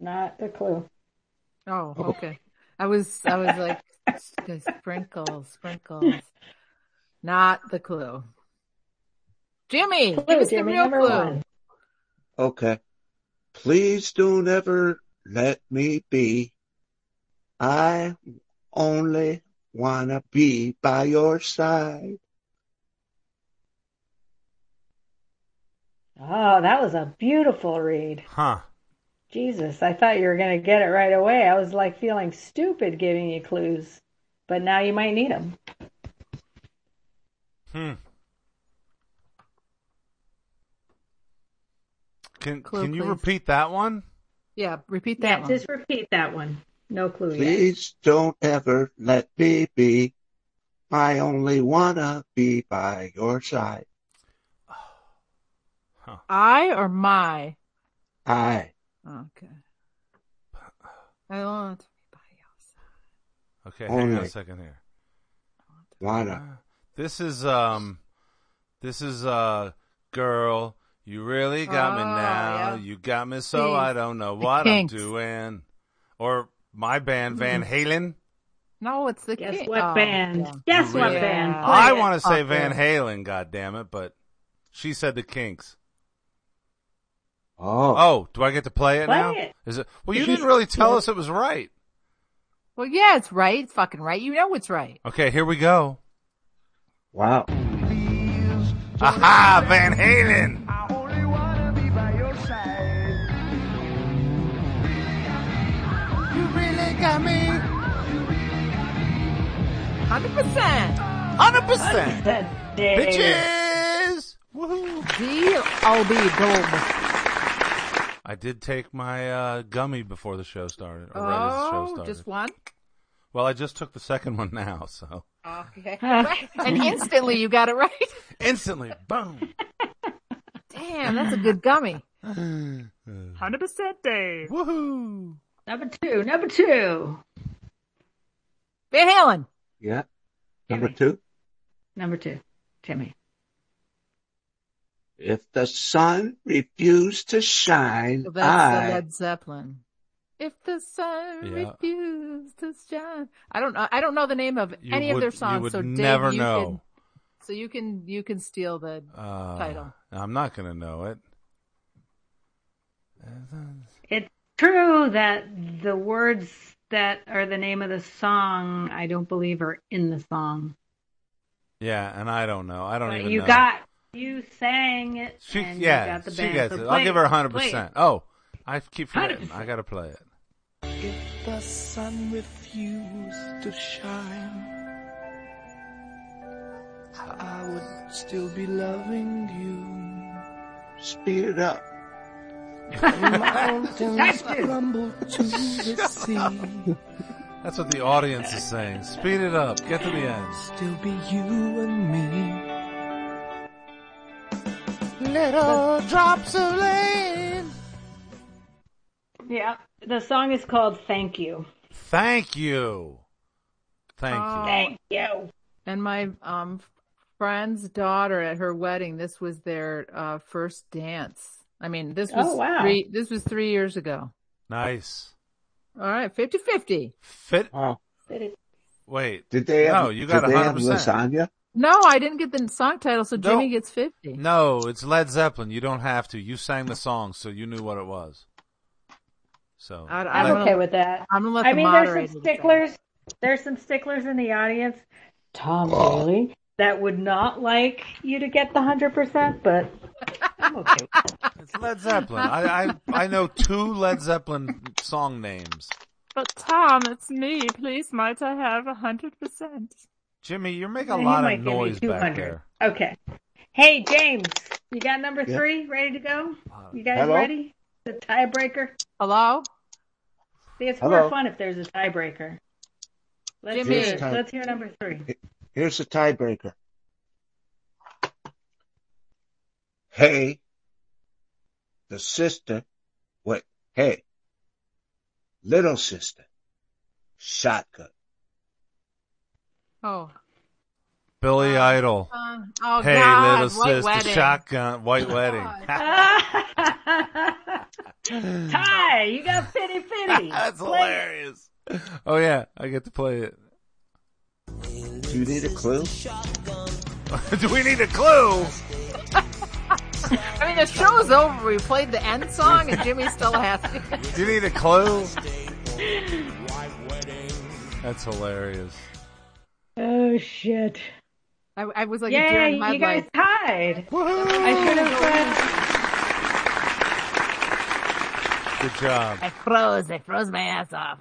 S5: not the clue.
S4: Oh, okay. I was, I was like, s- sprinkles, sprinkles. Not the clue. Jimmy,
S5: Clue,
S4: give us
S5: Jimmy,
S4: the real
S5: number
S4: clue.
S5: one.
S1: okay please don't ever let me be i only wanna be by your side
S5: Oh, that was a beautiful read.
S2: Huh.
S5: Jesus, I thought you were going to get it right away. I was like feeling stupid giving you clues, but now you might need them.
S2: Hmm. Can
S4: Clue,
S2: can you
S4: please.
S2: repeat that one?
S4: Yeah, repeat
S5: Yeah,
S4: that one.
S5: just repeat that one. No clue yet.
S1: Please don't ever let me be. I only wanna be by your side.
S4: I or my?
S1: I
S4: Okay. I want to be by your side.
S2: Okay, hang on a
S1: Alright.
S2: second here. Uh,
S1: wanna.
S2: This is um, this is uh, girl. You really got me
S4: Oh,
S2: now.
S4: yeah.
S2: You got me so
S4: Kinks.
S2: I don't know
S4: The
S2: what
S4: Kinks. Mm-hmm.
S2: I'm doing. Or my band Van Halen.
S4: No, it's the
S5: Guess
S4: king-
S5: what
S4: oh,
S5: band?
S4: yeah.
S5: Guess what
S2: Yeah.
S5: band?
S4: Yeah.
S5: Play
S2: I
S5: it.
S2: want to say
S4: Fucker.
S2: Van Halen, God damn it! But she said the Kinks.
S1: Oh,
S2: Oh, do I get to play it
S5: Play
S2: now?
S5: it.
S2: Is it? Well, you didn't really tell us it was right.
S4: Well, yeah, it's right. It's fucking right. You know it's right.
S2: Okay, here we go.
S1: wow.
S2: Aha, Van Halen.
S6: I only wanna be by your side.
S2: You really got me.
S4: Hundred percent.
S2: Hundred percent.
S5: That day.
S2: Bitches. Woohoo.
S4: D O B gold.
S2: I did take my uh, gummy before the show started. Or right as the show
S4: Oh,
S2: started.
S4: just one.
S2: Well, I just took the second one now, so
S4: Okay. and instantly you got it right.
S2: instantly, boom.
S4: Damn, that's a good gummy. Hundred percent, Dave.
S2: Woohoo.
S5: Number two. Number two.
S4: Van Halen.
S1: Yeah. Number two.
S5: Number two. Timmy.
S1: If the sun refused to shine,
S4: That's
S1: I.
S4: the Led Zeppelin. If the sun
S2: Yeah.
S4: refused to shine, I don't know. I don't know the name of
S2: You
S4: any of
S2: would-
S4: their songs.
S2: You would
S4: so Dave,
S2: never
S4: you
S2: know.
S4: Can, so you can you can steal the.
S2: Uh,
S4: title.
S2: I'm not gonna know it.
S5: It's true that the words that are the name of the song, I don't believe, are in the song.
S2: Yeah, and I don't know. I don't
S5: But
S2: even.
S5: you
S2: know.
S5: got you sang it.
S2: She,
S5: and
S2: yeah,
S5: you got the
S2: she
S5: band.
S2: gets
S5: So
S2: it.
S5: play
S2: I'll give her
S5: play
S2: hundred percent. Oh, I keep forgetting. I
S5: 100%.
S2: gotta play it.
S7: If the sun refused to shine, I would still be loving you.
S1: Speed it up.
S7: Mountains
S5: Nice dude.
S7: crumble to the sea.
S2: That's what the audience is saying. Speed it up. Get to the end.
S7: Still be you and me.
S2: Little drops of rain.
S5: Yeah, the song is called "Thank You."
S2: Thank you. Thank
S4: Oh.
S2: you.
S5: Thank you.
S4: And my um friend's daughter at her wedding. This was their uh, first dance. I mean, this was
S5: Oh, wow.
S4: three. This was three years ago.
S2: Nice.
S4: All right, 50-50.
S2: Fit.
S1: Wow.
S2: Wait.
S1: Did they have,
S2: No, you got
S1: did they have
S2: 100%.
S1: lasagna?
S4: No, I didn't get the song title, so
S2: No.
S4: Jimmy gets fifty.
S2: No, it's Led Zeppelin. You don't have to. You sang the song, so you knew what it was. So
S4: I, I
S5: I'm
S4: don't
S5: okay
S4: know.
S5: with that.
S4: I'm gonna let
S5: I
S4: the
S5: mean,
S4: moderator.
S5: there's some
S4: decide.
S5: sticklers. There's some sticklers in the audience. Tom Bailey that would not like you to get the hundred percent, but I'm okay. with it.
S2: it's Led Zeppelin. I, I I know two Led Zeppelin song names.
S4: But Tom, it's me. Please, might I have a hundred percent?
S2: Jimmy, you're making
S5: He
S2: a lot
S5: might
S2: of
S5: give me
S2: noise back
S5: 200.
S2: there.
S5: Okay. Hey James, you got number
S1: Yeah. Uh,
S5: three ready to go? You guys
S1: Hello?
S5: ready? The tiebreaker.
S4: Hello.
S5: See, it's
S1: Hello?
S5: more fun if there's a tiebreaker. Let's
S4: Jimmy.
S5: hear. it.
S1: Tie-
S5: Let's hear number three.
S1: Here's the tiebreaker. Hey, the sister, wait, hey, little sister, shotgun.
S4: Oh.
S2: Billy Idol.
S4: Uh, oh
S2: hey,
S4: God,
S2: little
S4: white
S2: sister,
S4: wedding.
S2: shotgun, white wedding.
S5: Ty, you got fitty fitty.
S2: That's
S5: Play it.
S2: hilarious. Oh yeah, I get to play it.
S1: Do you need a clue?
S2: Do we need a clue?
S4: I mean, the show's over. We played the end song, and Jimmy still has to.
S2: Do you need a clue? That's hilarious.
S5: Oh shit!
S4: I, I was like,
S5: Yeah,
S4: during my
S5: you guys
S4: life.
S5: tied.
S2: Woohoo!
S5: I should have.
S2: Good job.
S4: I froze. I froze my ass off.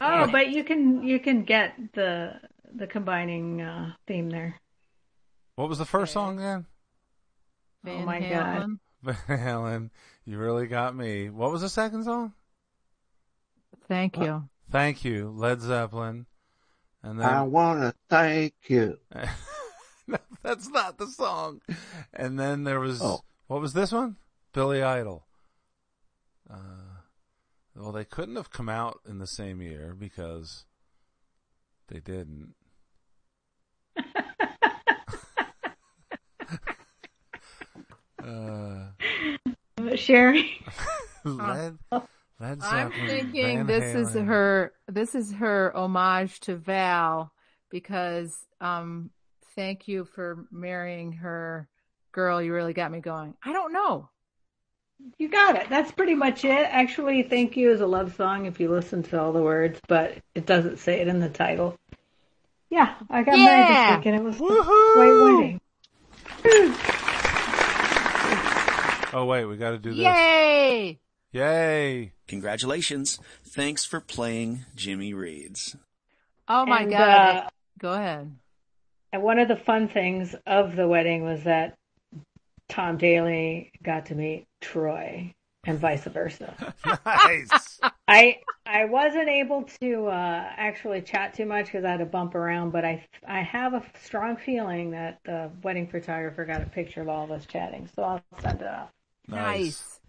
S5: Uh, oh, but you can you can get the the combining uh, theme there.
S2: What was the first song again?
S5: Oh, my God.
S2: Van Halen, you really got me. What was the second song?
S4: Thank you.
S2: Thank you, Led Zeppelin. And then
S1: I want to thank you.
S2: No, that's not the song. And then there was
S1: Oh.
S2: what was this one? Billy Idol. Uh, well, they couldn't have come out in the same year because they didn't. uh,
S5: Sherry.
S2: Led, Led
S4: I'm
S2: Zeppelin,
S4: thinking
S2: Van
S4: this is
S2: Halen.
S4: her this is her homage to Val because um thank you for marrying her girl you really got me going. I don't know.
S5: You got it. That's pretty much it. Actually, Thank You is a love song if you listen to all the words, but it doesn't say it in the title. Yeah, I got
S4: Yeah.
S5: married this week and it was
S2: Woohoo!
S5: the white wedding.
S2: Oh wait, we got to do this.
S4: Yay!
S2: Yay!
S8: Congratulations. Thanks for playing Jimmy Reads.
S4: Oh my
S5: And,
S4: god.
S5: uh,
S4: Go ahead.
S5: And one of the fun things of the wedding was that Tom Daly got to meet Troy and vice versa.
S2: Nice.
S5: I I wasn't able to uh, actually chat too much because I had to bump around, but I I have a strong feeling that the wedding photographer got a picture of all of us chatting, so I'll send it off.
S2: nice.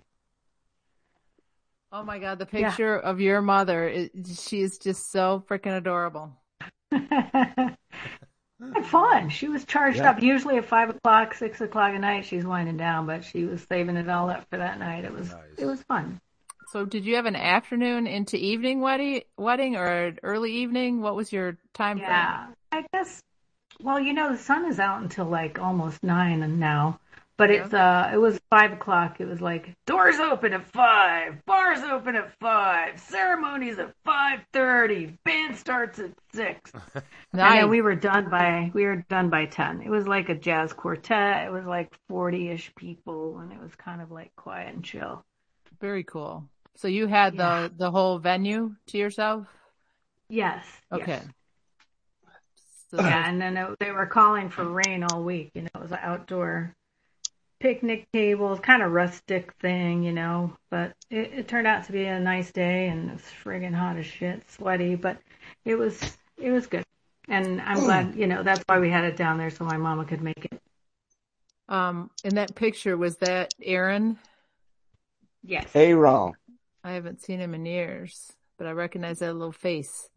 S4: Oh my god, the
S5: Yeah.
S4: picture of your mother is she is just so freaking adorable.
S5: Had fun. She was charged
S1: Yeah.
S5: up. Usually at five o'clock, six o'clock at night, she's winding down, but she was saving it all up for that night. It was
S2: Nice.
S5: it was fun.
S4: So did you have an afternoon into evening wedding wedding or an early evening? What was your time frame?
S5: Yeah, I guess. Well, you know, the sun is out until like almost nine and now, but it's uh, it was five o'clock. It was like doors open at five, bars open at five, ceremonies at five thirty, band starts at six. And
S4: Nice.
S5: then we were done by we were done by ten. It was like a jazz quartet. It was like forty ish people, and it was kind of like quiet and chill.
S4: Very cool. So you had
S5: Yeah.
S4: the the whole venue to yourself?
S5: Yes.
S4: Okay.
S5: yes.
S4: So
S5: Yeah, and then it, they were calling for rain all week. You know, it was an outdoor picnic tables, kind of rustic thing, you know. But it, it turned out to be a nice day, and it was friggin' hot as shit, sweaty, but it was it was good. And I'm glad, you know, that's why we had it down there so my mama could make it.
S4: um in that picture was that Aaron?
S5: Yes.
S1: Aaron.
S4: I haven't seen him in years, but I recognize that little face.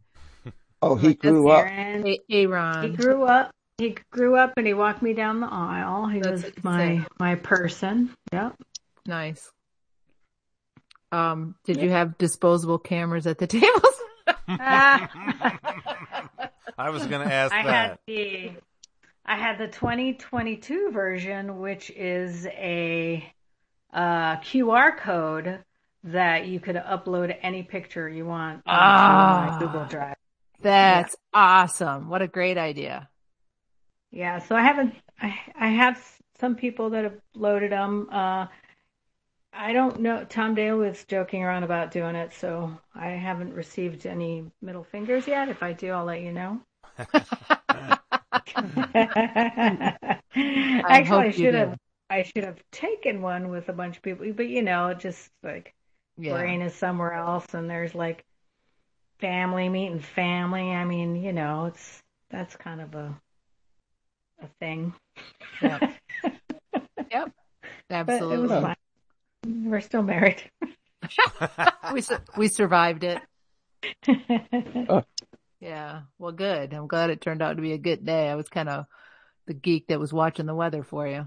S1: Oh, he
S4: Like, that's
S1: grew up.
S5: Aaron,
S4: A-
S5: he
S4: Aaron.
S5: grew up. He grew up, and he walked me down the aisle. He
S4: That's
S5: was my
S4: exciting.
S5: my person. Yep.
S4: Nice. Um did you have disposable cameras at the tables?
S2: I was going to ask
S5: I
S2: that.
S5: had the I had the 2022 version, which is a uh, QR code that you could upload any picture you want onto
S4: Ah.
S5: my Google Drive.
S4: That's awesome. What a great idea.
S5: Yeah, so I haven't. I I have s- some people that have loaded them. Uh, I don't know. Tom Dale was joking around about doing it, so I haven't received any middle fingers yet. If I do, I'll let you know. Actually, I
S4: hope you
S5: should
S4: do.
S5: have. I should have taken one with a bunch of people, but you know, it just like
S4: Yeah.
S5: brain is somewhere else, and there's like family meeting family. I mean, you know, it's that's kind of a a thing.
S4: Yep. Yep.
S5: But it was
S4: Absolutely.
S5: fine. We're still married.
S4: we su- we survived it.
S5: yeah,
S1: Oh.
S4: Yeah. Well, good. I'm glad it turned out to be a good day. I was kind of the geek that was watching the weather for you.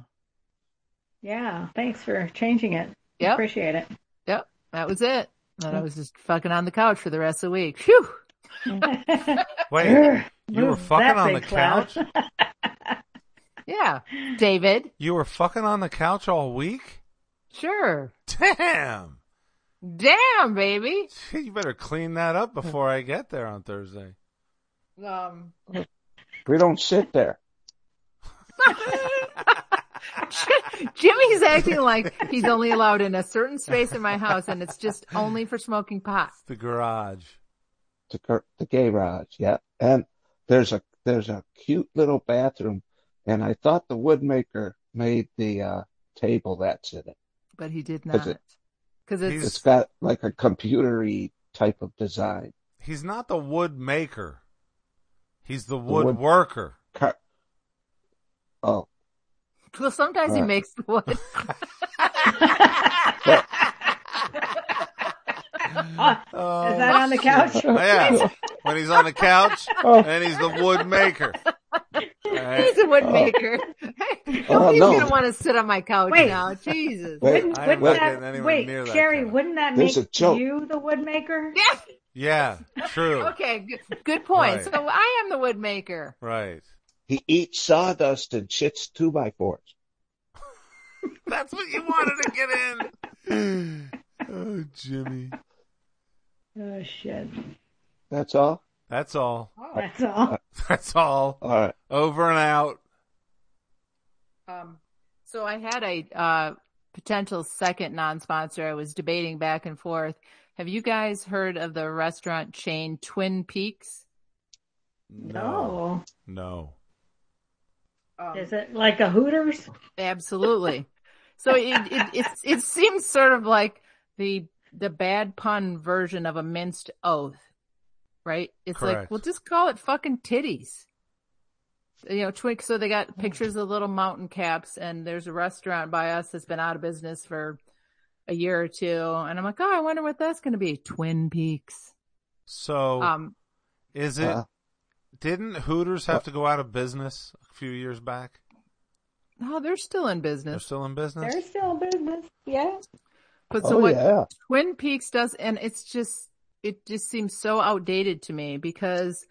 S5: thanks for changing it.
S4: Yep.
S5: Appreciate it.
S4: Yep. That was it. And I was just fucking on the couch for the rest of the week. Phew.
S2: Wait, you were
S5: Move
S2: fucking
S5: that
S2: on the
S5: big cloud.
S2: couch?
S4: Yeah. David.
S2: You were fucking on the couch all week?
S4: Sure.
S2: Damn!
S4: Damn, baby.
S2: Gee, You better clean that up before I get there on Thursday.
S4: Um,
S1: We don't sit there.
S4: Jimmy's acting like he's only allowed in a certain space in my house and it's just only for smoking pot.
S2: The garage.
S1: The, gar- the garage, yeah. And there's a there's a cute little bathroom, and I thought the woodmaker made the uh, table that's in it.
S4: But he did
S1: That's
S4: not. Cause it's,
S2: He's-
S1: It's got like a computery type of design.
S2: He's not the wood maker. He's the
S1: wood-
S2: wood, worker.
S1: Car- oh,
S4: Well, sometimes he
S1: Right.
S4: makes the wood.
S2: Oh,
S5: Is that on the couch?
S2: Oh, yeah. when he's on the couch
S1: Oh.
S2: and he's the wood maker. Right.
S4: He's a wood maker. Nobody's
S1: Oh. no.
S4: gonna want to sit on my couch
S5: Wait.
S4: now. Jesus.
S1: wait,
S5: Wouldn't,
S2: I
S5: wouldn't
S1: wasn't
S5: that,
S2: getting anywhere
S5: wait,
S2: near that
S5: Sherry,
S2: kind of-
S5: wouldn't that
S1: This
S5: make
S1: is a joke.
S5: you the wood maker?
S4: Yes.
S2: Yeah, true.
S4: Okay. Good, good point.
S2: Right.
S4: So I am the wood maker.
S2: Right.
S1: he eats sawdust and shits two by fours.
S2: That's what you wanted to get in. Oh, Jimmy.
S5: Oh shit.
S1: That's all.
S2: That's all.
S1: Uh,
S5: That's
S2: uh,
S5: all.
S2: That's all.
S1: All right.
S2: Over and out.
S4: Um, so I had a uh, potential second non-sponsor. I was debating back and forth. Have you guys heard of the restaurant chain Twin Peaks?
S5: No.
S2: No.
S4: Um,
S5: Oh. Is it like a Hooters?
S4: Absolutely. so it, it it it seems sort of like the the bad pun version of a minced oath, right? It's
S2: Correct.
S4: like we'll just call it fucking titties. You know, twink. So they got pictures of little mountain caps, and there's a restaurant by us that's been out of business for a year or two, and I'm like, oh, I wonder what that's going to be. Twin Peaks.
S2: So
S4: Um,
S2: is it?
S1: Uh,
S2: didn't Hooters have to go out of business a few years back?
S4: oh, they're still in
S2: They're
S4: business.
S2: still in business.
S5: They're still in business. Yeah.
S4: But so
S1: oh
S4: what?
S1: yeah.
S4: Twin Peaks does, and it's just, it just seems so outdated to me because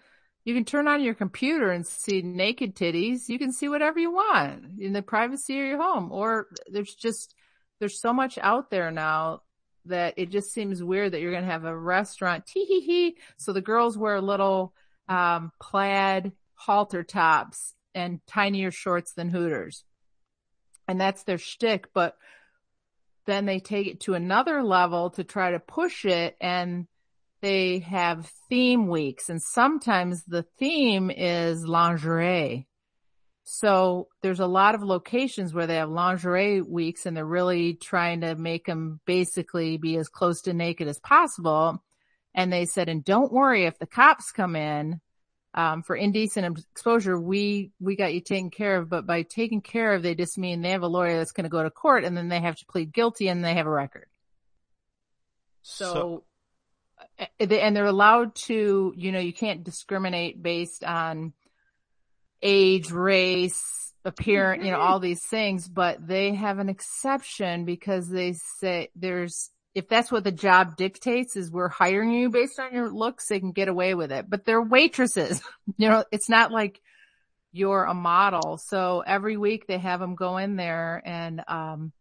S4: you can turn on your computer and see naked titties. You can see whatever you want in the privacy of your home, or there's just, there's so much out there now that it just seems weird that you're going to have a restaurant. Tee hee hee. So the girls wear little, um, plaid halter tops and tinier shorts than Hooters. And that's their shtick, but then they take it to another level to try to push it and they have theme weeks and sometimes the theme is lingerie. So there's a lot of locations where they have lingerie weeks and they're really trying to make them basically be as close to naked as possible. And they said, and don't worry if the cops come in, um, for indecent exposure, we, we got you taken care of. But by taken care of, they just mean they have a lawyer that's going to go to court and then they have to plead guilty and they have a record. So, uh, they- and they're allowed to, you know, you can't discriminate based on age, race, appearance, you know, all these things, but they have an exception because they say there's, if that's what the job dictates is we're hiring you based on your looks, they can get away with it, but they're waitresses. You know, it's not like you're a model. So every week they have them go in there and, um,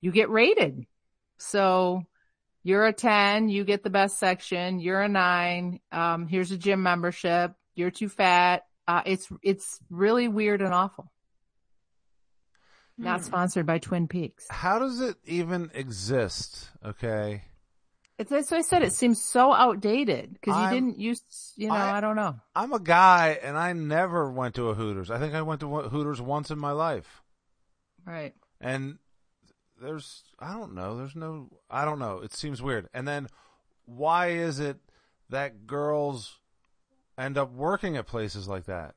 S4: you get rated. So you're a 10, you get the best section. You're a nine. Um, here's a gym membership. You're too fat. Uh, it's, it's really weird and awful. Not sponsored by Twin Peaks.
S2: how does it even exist? Okay.
S4: It's, that's why I said it seems so outdated because you
S2: I'm-
S4: didn't use, you know,
S2: I-
S4: I, don't know.
S2: I'm a guy and I never went to a Hooters. I think I went to one- Hooters once in my life.
S4: Right.
S2: And there's, I don't know. There's no, I don't know. It seems weird. And then why is it that girls end up working at places like that?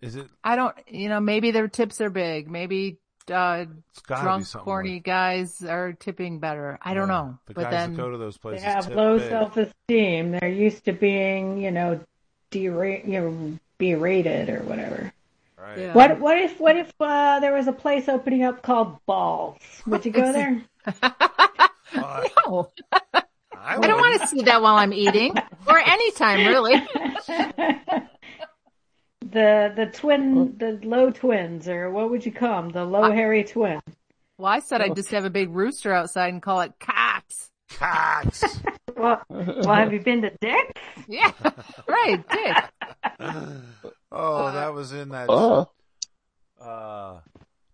S2: Is it,
S4: I don't, you know, maybe their tips are big. Maybe, uh,
S2: it's gotta be
S4: drunk,
S2: something.
S4: corny
S2: with-
S4: guys are tipping better. I don't
S2: Yeah.
S4: know.
S2: The
S4: but
S2: guys
S4: then,
S2: that go to those places
S5: they have
S2: tip
S5: low
S2: big.
S5: self-esteem. They're used to being, you know, dera- you know, berated or whatever.
S2: Right.
S4: Yeah.
S5: What what if what if uh, there was a place opening up called Balls? Would you go there?
S2: Uh,
S4: no,
S2: I,
S4: I don't
S2: would.
S4: want to see that while I'm eating or anytime really.
S5: the the twin the low twins or what would you call them? The low hairy twin.
S4: Well, I said I'd just have a big rooster outside and call it Cox.
S2: Cox.
S5: Well, well, have you been to Dick's?
S4: Yeah, right, Dick.
S2: Oh, that was in that.
S1: Uh,
S2: uh,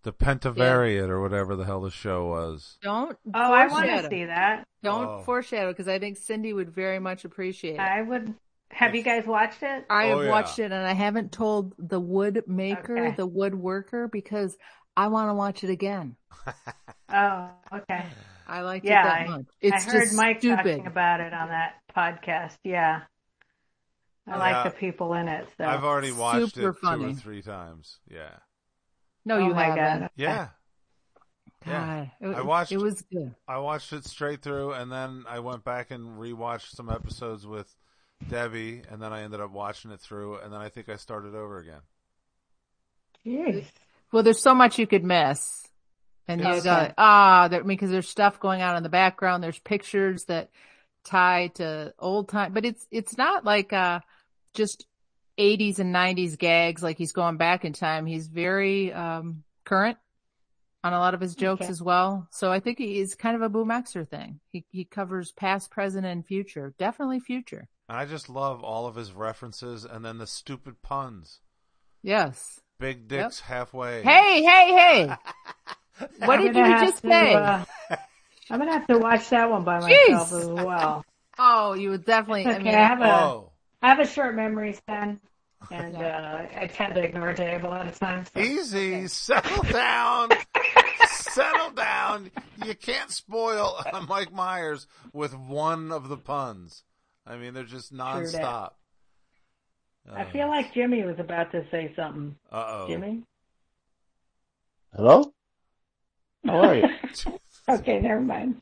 S2: the Pentavariate or whatever the hell the show was.
S4: Don't.
S5: Oh, I want
S4: foreshadow.
S5: to see that.
S4: Don't
S2: Oh.
S4: foreshadow because I think Cindy would very much appreciate it.
S5: I would. Have you guys watched it?
S4: I have
S2: Oh, yeah.
S4: watched it and I haven't told the wood maker,
S5: Okay.
S4: the wood worker, because I want to watch it again.
S5: Oh, okay.
S4: I liked
S5: Yeah,
S4: it that
S5: I-
S4: much. It's
S5: I heard
S4: just
S5: Mike
S4: stupid.
S5: talking about it on that podcast. Yeah. I
S2: Yeah.
S5: like the people in it. So.
S2: I've already watched
S4: Super
S2: it two
S4: funny.
S2: or three times. Yeah.
S4: No,
S5: Oh
S4: you
S5: my
S4: haven't.
S5: God.
S2: Yeah. Yeah.
S4: God, it,
S2: I watched-
S4: It was good.
S2: I watched it straight through, and then I went back and rewatched some episodes with Debbie, and then I ended up watching it through, and then I think I started over again.
S5: Jeez.
S4: Well, there's so much you could miss. And you
S5: Okay.
S4: got, ah, there, I mean, cause there's stuff going on in the background. There's pictures that tie to old time, but it's, it's not like, uh, just eighties and nineties gags. Like he's going back in time. He's very, um, current on a lot of his jokes
S5: Okay.
S4: as well. So I think he is kind of a boom Xer thing. He, he covers past, present and future. Definitely future.
S2: And I just love all of his references, and then the stupid puns.
S4: Yes.
S2: Big dicks halfway.
S4: Hey, hey, hey. What
S5: I'm
S4: did you
S5: gonna have
S4: just
S5: to,
S4: say?
S5: uh, I'm gonna have to watch that one by
S4: Jeez.
S5: myself as well.
S4: Oh, you would definitely.
S5: Okay,
S4: I
S5: I,
S4: mean,
S5: have a I
S2: Oh,
S5: have a short memory span, and uh, I tend to ignore Dave a lot of times. so-
S2: Oh, easy. Settle down. Settle down. You can't spoil Mike Myers with one of the puns. I mean, they're just nonstop.
S5: I feel like Jimmy was about to say something.
S2: Uh oh.
S5: Jimmy.
S1: Hello? How are you?
S5: Okay, never mind.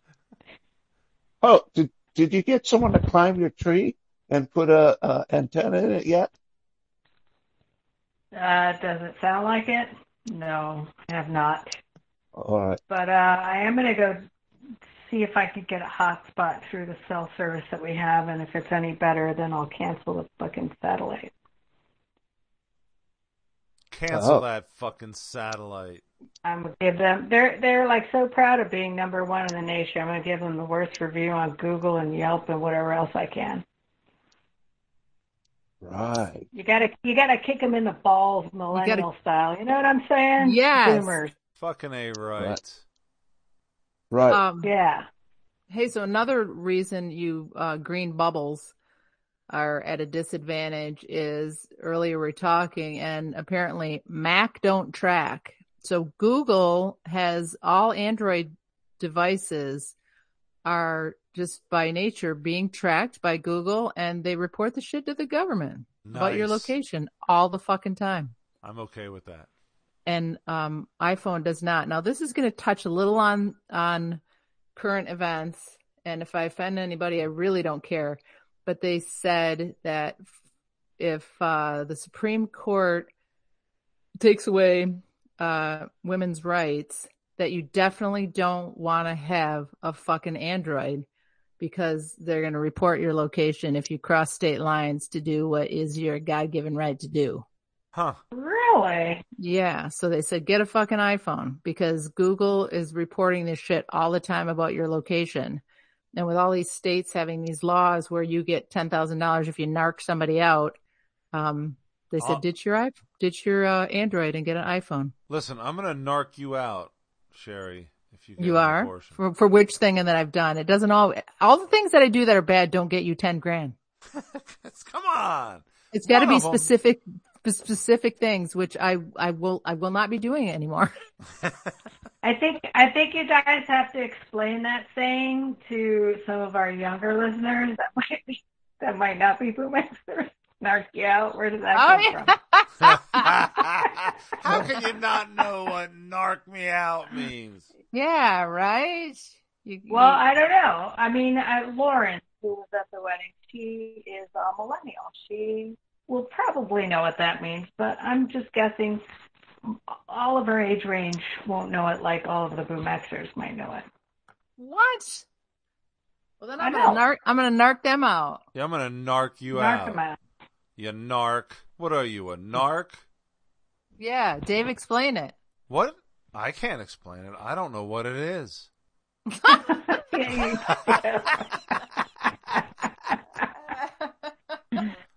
S1: Oh, did, did you get someone to climb your tree and put a, a antenna in it yet?
S5: Uh, does it sound like it? No, I have not.
S1: All right.
S5: But uh, I am gonna go see if I could get a hotspot through the cell service that we have, and if it's any better, then I'll cancel the fucking satellite.
S2: Cancel
S1: Oh.
S2: that fucking satellite.
S5: I'm gonna give them. They're they're like so proud of being number one in the nation. I'm gonna give them the worst review on Google and Yelp and whatever else I can.
S1: Right.
S5: You gotta you gotta kick them in the balls, millennial style. You know what I'm saying?
S4: Yes.
S5: Boomers.
S2: Fucking a right.
S1: Right. Right.
S4: um,
S5: Yeah.
S4: Hey, so another reason you uh, green bubbles are at a disadvantage is earlier we we're talking, and apparently Mac don't track. So Google has all Android devices are just by nature being tracked by Google, and they report the shit to the government about your
S2: Nice.
S4: location all the fucking time.
S2: I'm okay with that.
S4: and um, iPhone does not. Now, this is going to touch a little on on current events, and if I offend anybody, I really don't care. But they said that if uh, the Supreme Court takes away uh, women's rights, that you definitely don't want to have a fucking Android because they're going to report your location if you cross state lines to do what is your God-given right to do.
S2: Huh.
S5: Really?
S4: Yeah. So they said, get a fucking iPhone because Google is reporting this shit all the time about your location. And with all these states having these laws where you get $10,000 if you narc somebody out, um, they said,
S2: Oh.
S4: ditch your iPhone, ditch your uh, Android and get an iPhone.
S2: Listen, I'm gonna narc you out, Sherry. If you get
S4: you
S2: an
S4: are
S2: abortion.
S4: for, for which thing and that I've done. It doesn't all, all the things that I do that are bad don't get you 10 grand.
S2: Come on.
S4: It's got to
S2: One
S4: be
S2: of 'em.
S4: specific, specific things, which I, I will, I will not be doing it anymore.
S5: I think I think you guys have to explain that saying to some of our younger listeners. That might be that might not be boomers. Narc you out. Where does that
S4: Oh,
S5: come
S4: yeah.
S5: from?
S2: How can you not know what narc me out means?
S4: Yeah, right. You,
S5: Well,
S4: you-
S5: I don't know. I mean, I, Lauren, who was at the wedding, she is a millennial. She will probably know what that means, but I'm just guessing all of her age range won't know it like all of the boom Xers might know it.
S4: what? Well, then
S5: I
S4: I'm gonna
S5: know.
S4: narc. I'm gonna narc them out.
S2: Yeah, I'm gonna narc you uh,
S5: Narc
S2: out.
S5: 'em out.
S2: You narc. What are you, a narc?
S4: Yeah, Dave, explain it.
S2: What? I can't explain it. I don't know what it is.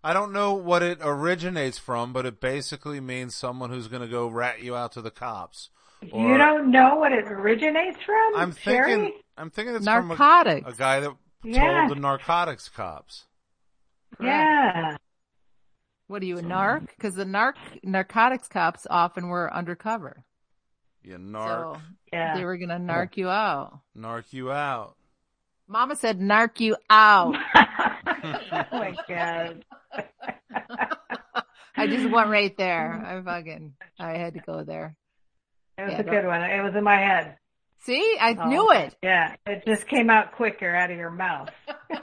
S2: I don't know what it originates from, but it basically means someone who's gonna go rat you out to the cops. Or-
S5: you don't know what it originates from?
S2: I'm
S5: Sherry?
S2: thinking. I'm thinking it's
S4: Narcotics.
S2: from a, a guy that
S5: Yeah.
S2: told the narcotics cops.
S5: Yeah.
S4: What are you a narc? Because the narc narcotics cops often were undercover,
S2: You narc,
S4: so
S5: Yeah.
S4: they were gonna narc you out.
S2: narc you out.
S4: Mama said narc you out.
S5: oh my god.
S4: I just went right there. I fucking, I had to go there.
S5: It was
S4: Yeah,
S5: a
S4: that-
S5: good one. It was in my head.
S4: See, I
S5: Oh,
S4: knew it.
S5: Yeah, it just came out quicker out of your mouth.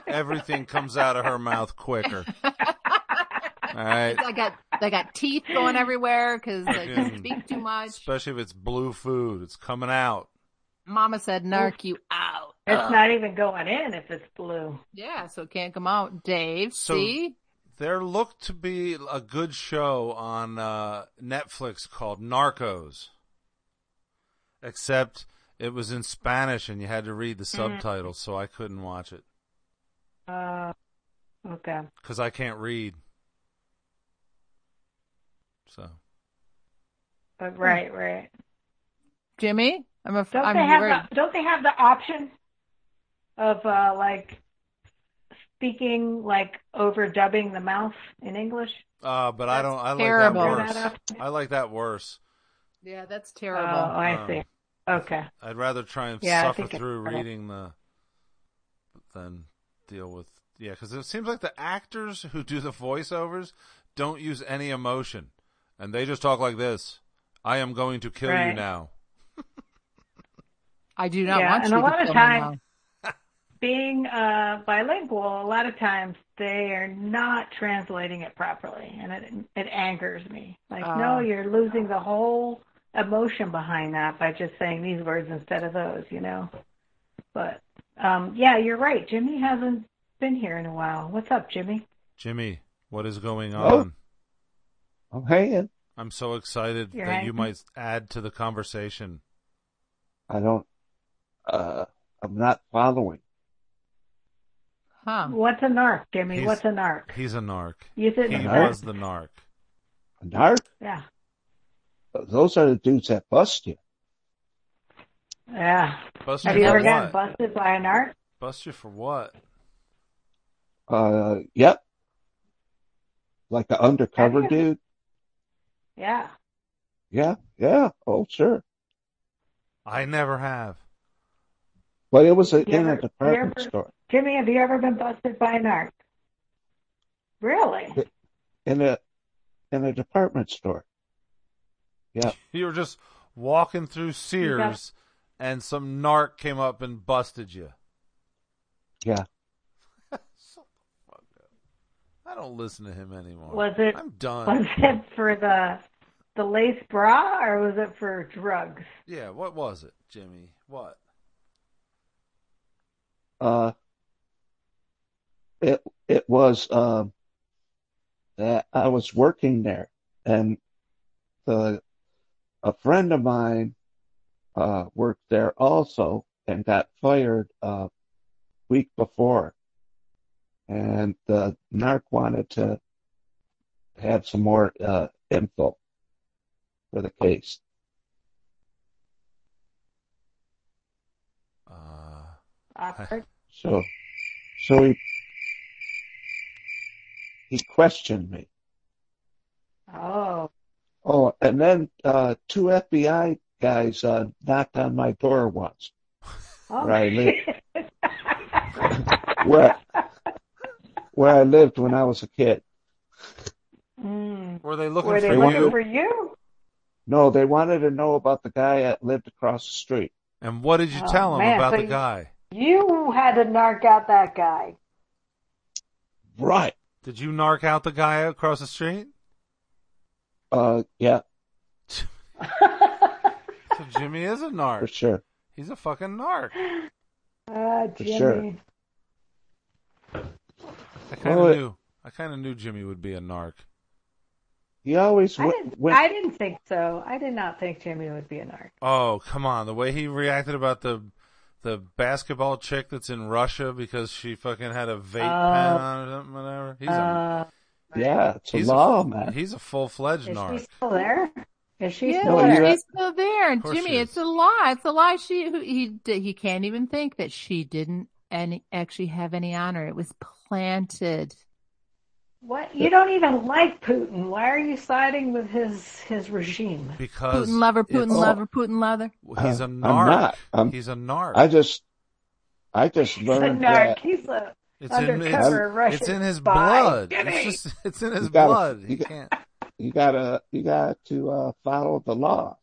S2: Everything comes out of her mouth quicker. All right.
S4: I got, I got teeth going everywhere because I
S2: Yeah.
S4: couldn't speak too much.
S2: Especially if it's blue food. It's coming out.
S4: Mama said, "Narc you out."
S5: It's
S4: Ugh.
S5: not even going in if it's blue.
S4: Yeah, so it can't come out, Dave.
S2: So-
S4: see,
S2: There looked to be a good show on uh, Netflix called Narcos, except it was in Spanish and you had to read the
S4: Mm-hmm.
S2: subtitles, so I couldn't watch it
S5: Uh, okay.
S2: because I can't read. So
S4: Hmm.
S5: But right, right.
S4: Jimmy, I'm a.
S5: Don't
S4: I'm
S5: they have
S4: worried.
S5: the, don't they have the option of uh, like speaking like overdubbing the mouth in English?
S2: Uh, but I don't. I like
S4: terrible.
S2: that worse.
S5: That up-
S2: I like that worse.
S4: Yeah, that's
S5: Oh,
S4: terrible.
S5: I
S2: Um,
S5: see. Okay.
S2: I'd rather try and
S5: Yeah, I
S2: suffer
S5: think it's
S2: through
S5: better.
S2: reading the than deal with. Yeah, because it seems like the actors who do the voiceovers don't use any emotion, and they just talk like this. I am going to kill you
S5: Right.
S2: now.
S4: I do not
S5: yeah,
S4: want
S5: and
S4: you
S5: a
S4: to
S5: lot of
S4: kill me
S5: times-
S4: now.
S5: Being uh, bilingual, a lot of times they are not translating it properly, and it it angers me. Like,
S4: Oh.
S5: no, you're losing the whole emotion behind that by just saying these words instead of those, you know. But um, yeah, you're right. Jimmy hasn't been here in a while. What's up, Jimmy?
S2: Jimmy, what is going on?
S1: Oh. I'm hanging.
S2: I'm so excited
S5: You're
S2: that you
S5: hanging.
S2: might add to the conversation.
S1: I don't. Uh, I'm not following.
S4: Huh?
S5: What's a narc, Jimmy?
S2: Um, He's-
S5: What's a narc?
S2: He's a narc.
S5: You
S2: He
S5: said
S1: narc?
S2: was the narc.
S1: Narc.
S5: yeah,
S1: Those are the dudes that bust you.
S5: yeah.
S2: Bust
S5: Have
S2: you
S5: you
S2: for
S5: ever
S2: what?
S5: gotten busted by a narc?
S2: Bust you for what?
S1: Uh, yep. Like the undercover
S5: Have you-
S1: dude.
S5: Yeah.
S1: Yeah, yeah. Oh, sure.
S2: I never have.
S1: But it was a,
S5: You
S1: in
S5: ever-
S1: a department
S5: you ever-
S1: store.
S5: Jimmy, have you ever been busted by a narc? Really?
S1: In a in a department store. Yeah.
S2: You were just walking through Sears, and some narc came up and busted you.
S1: Yeah.
S2: Shut the fuck up. I don't listen to him anymore.
S5: Was it-
S2: I'm done.
S5: Was it for the the lace bra or was it for drugs?
S2: yeah. What was it, Jimmy? What?
S1: Uh it it was um that I was working there and the a friend of mine uh worked there also and got fired uh week before. And the narc wanted to have some more uh info for the case.
S2: Uh,
S5: Awkward.
S1: So, so he he questioned me.
S5: Oh,
S1: Oh, and then uh, two FBI guys uh, knocked on my door once.
S5: oh
S1: Right, Lee.
S5: shit.
S1: Where where I lived when I was a kid.
S5: Mm.
S2: were they looking
S5: Were they
S2: for
S5: looking
S2: you?
S5: for you?
S1: No, they wanted to know about the guy that lived across the street.
S2: And what did you
S5: Oh,
S2: tell him
S5: man,
S2: about
S5: so
S2: the
S5: you-
S2: guy?
S5: You had to narc out that guy.
S1: Right.
S2: Did you narc out the guy across the street?
S1: Uh, yeah,
S5: Uh,
S2: So Jimmy is a
S1: for
S2: narc.
S1: sure.
S2: He's a fucking narc.
S5: Ah,
S1: For sure.
S5: Jimmy.
S2: I kind of
S1: Well, it-
S2: knew. I kind of knew Jimmy would be a narc.
S1: He always
S5: I,
S1: went.
S5: didn't,
S1: went
S5: I didn't think so. I did not think Jimmy would be a narc.
S2: Oh, come on. The way he reacted about the the basketball chick that's in Russia because she fucking had a vape pen
S5: Oh.
S2: on or something, whatever. He's a
S5: Uh,
S1: yeah, it's a
S2: he's
S1: law,
S2: a,
S1: man.
S2: He's a full fledged
S5: is she
S2: narc.
S5: still there? Is she
S4: Yeah,
S5: still
S1: No,
S5: there?
S1: you're-
S4: she's still there, and
S2: Of course
S4: Jimmy,
S2: she
S4: it's
S2: is.
S4: a lie. It's a lie. She who- he he can't even think that she didn't any actually have any honor. It was planted.
S5: What? You don't even like Putin. Why are you siding with his his regime?
S2: Because
S4: Putin lover,
S2: it's-
S4: Putin lover, Putin lover.
S2: He's a
S1: I'm
S2: narc.
S1: not. I'm-
S2: he's a narc.
S1: I just, I just learned
S5: He's a narc.
S1: that.
S5: He's a
S2: It's in,
S5: Undercover
S2: it's,
S5: Russian
S2: it's in his
S5: spy.
S2: blood.
S5: Jimmy!
S2: It's just it's in his
S1: You gotta-
S2: blood. He
S1: you got-
S2: can't.
S1: You gotta, you got to uh, follow the laws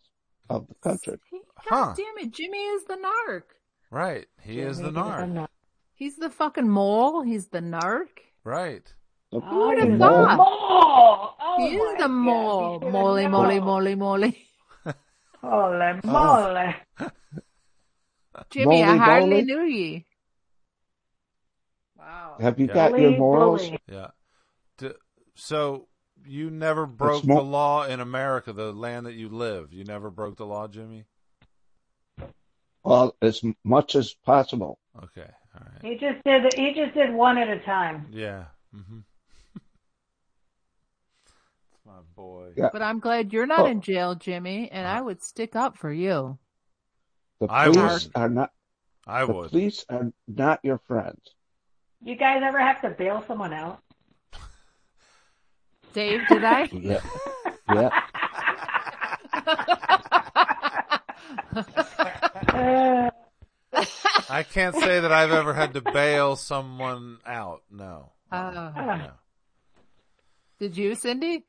S1: of the country.
S4: Hey,
S2: Huh.
S4: God damn it, Jimmy is the narc.
S2: Right. He is the narc.
S4: He's the fucking mole. He's the narc.
S2: Right.
S1: So
S5: Who would've
S1: the
S4: thought?
S1: mole-
S5: Mole! Oh
S4: he
S5: my
S4: is the
S5: God,
S4: mole.
S5: you should've
S4: Moly,
S5: known.
S4: moly, moly, moly.
S5: Holy
S2: Oh.
S5: moly.
S4: Jimmy, I
S1: Moly,
S4: hardly
S1: moly?
S4: knew ye. Oh,
S5: Wow.
S1: Have you
S2: Yeah.
S1: got your
S5: Bully,
S1: morals?
S5: bully.
S2: Yeah. D- so you never broke
S1: more-
S2: the law in America, the land that you live. You never broke the law, Jimmy.
S1: Well, as much as possible.
S2: Okay. All right.
S5: He just did. He just did one at a time.
S2: Yeah. Mm-hmm. It's my boy.
S1: Yeah.
S4: But I'm glad you're not
S1: Oh.
S4: in jail, Jimmy, and I would stick up for you.
S1: The
S2: I
S1: police
S2: would.
S1: are not.
S2: I
S1: the
S2: would.
S1: police are not your friends.
S5: You guys ever have to bail someone out?
S4: Dave, did I?
S1: Yeah, yeah.
S5: Uh,
S2: I can't say that I've ever had to bail someone out. No.
S4: Uh,
S2: No.
S4: did you, Cindy?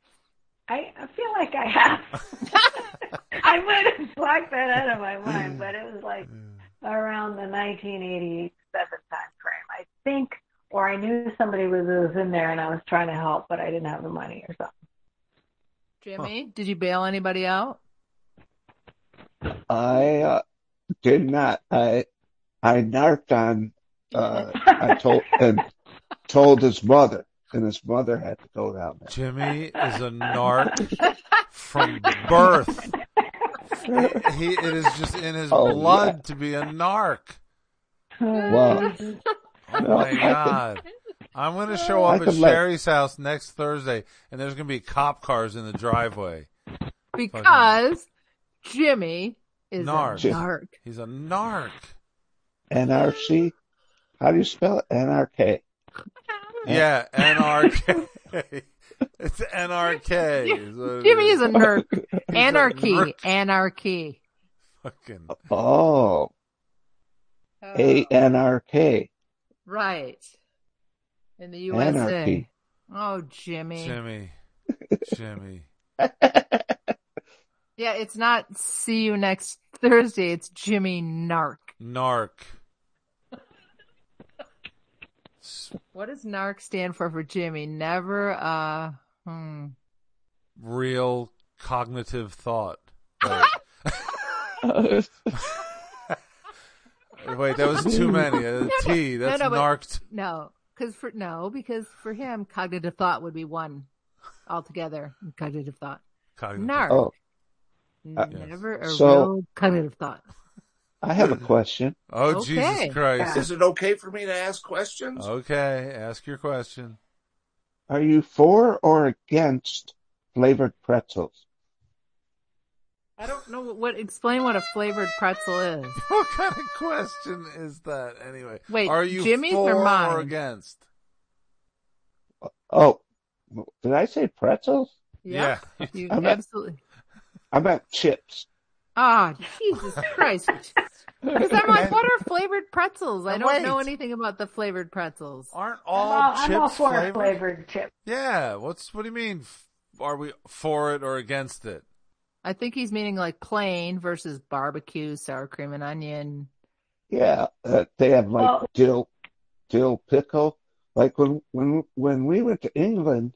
S5: I, I feel like I have. I might have blocked that out of my mind, but it was like around the 1987 time frame, I think, or I knew somebody was, was in there and I was trying to help, but I didn't have the money or something.
S4: Jimmy, did you bail anybody out?
S1: I uh, did not. I I narked on. Uh, I told and told his mother, and his mother had to go down there.
S2: Jimmy is a narc from birth. He, he- it is just in his
S1: Oh,
S2: blood
S1: yeah.
S2: to be a narc.
S1: Well,
S2: Oh
S1: No,
S2: my
S1: I can-
S2: god. I'm gonna show
S1: I
S2: up at
S1: can let-
S2: Sherry's house next Thursday and there's gonna be cop cars in the driveway.
S4: Because Jimmy is
S2: Narc.
S4: a narc.
S2: He's a narc.
S1: NRC. How do you spell it? NRK.
S2: Yeah, NRK. It's NRK. is what it
S4: Jimmy is a narc.
S2: He's a
S4: Anarchy.
S2: narc.
S4: Anarchy.
S2: Fucking
S1: Oh, A N R K.
S4: Right. In the USA.
S1: Anarchy.
S4: Oh, Jimmy.
S2: Jimmy. Jimmy.
S4: Yeah, it's not see you next Thursday. It's Jimmy Narc.
S2: Narc.
S4: What does Narc stand for for Jimmy? Never, uh, hmm.
S2: Real cognitive thought.
S1: Oh,
S2: Wait, that was too many. Uh, T. That's
S4: no, but-
S2: narked.
S4: No, because for, no, because for him, cognitive thought would be one altogether. Cognitive thought.
S2: Cognitive.
S4: Narc.
S1: Oh, Uh,
S4: Never a
S1: so-
S4: real cognitive thought.
S1: I have a question.
S2: Oh
S4: Okay.
S2: Jesus Christ.
S6: Is it okay for me to ask questions?
S2: Okay, ask your question.
S1: Are you for or against flavored pretzels?
S4: I don't know what, what explain what a flavored pretzel is.
S2: What kind of question is that anyway?
S4: Wait,
S2: are you
S4: Jimmy's
S2: for
S4: or mine?
S2: against?
S1: Oh, did I say pretzels?
S4: Yep.
S2: Yeah.
S4: You
S1: I'm not-
S4: absolutely.
S1: I meant chips.
S4: Ah, Jesus Christ. Because I'm like, what are flavored pretzels? I
S2: And
S4: don't know
S2: wait.
S4: anything about the flavored pretzels.
S2: Aren't
S5: I'm,
S2: all
S5: all,
S2: chips
S5: I'm all for
S2: flavored?
S5: flavored, flavored chip.
S2: Yeah. What's what do you mean? F- Are we for it or against it?
S4: I think he's meaning like plain versus barbecue, sour cream and onion.
S1: Yeah, uh, they have like
S5: Well-
S1: dill, dill pickle. Like when when when we went to England,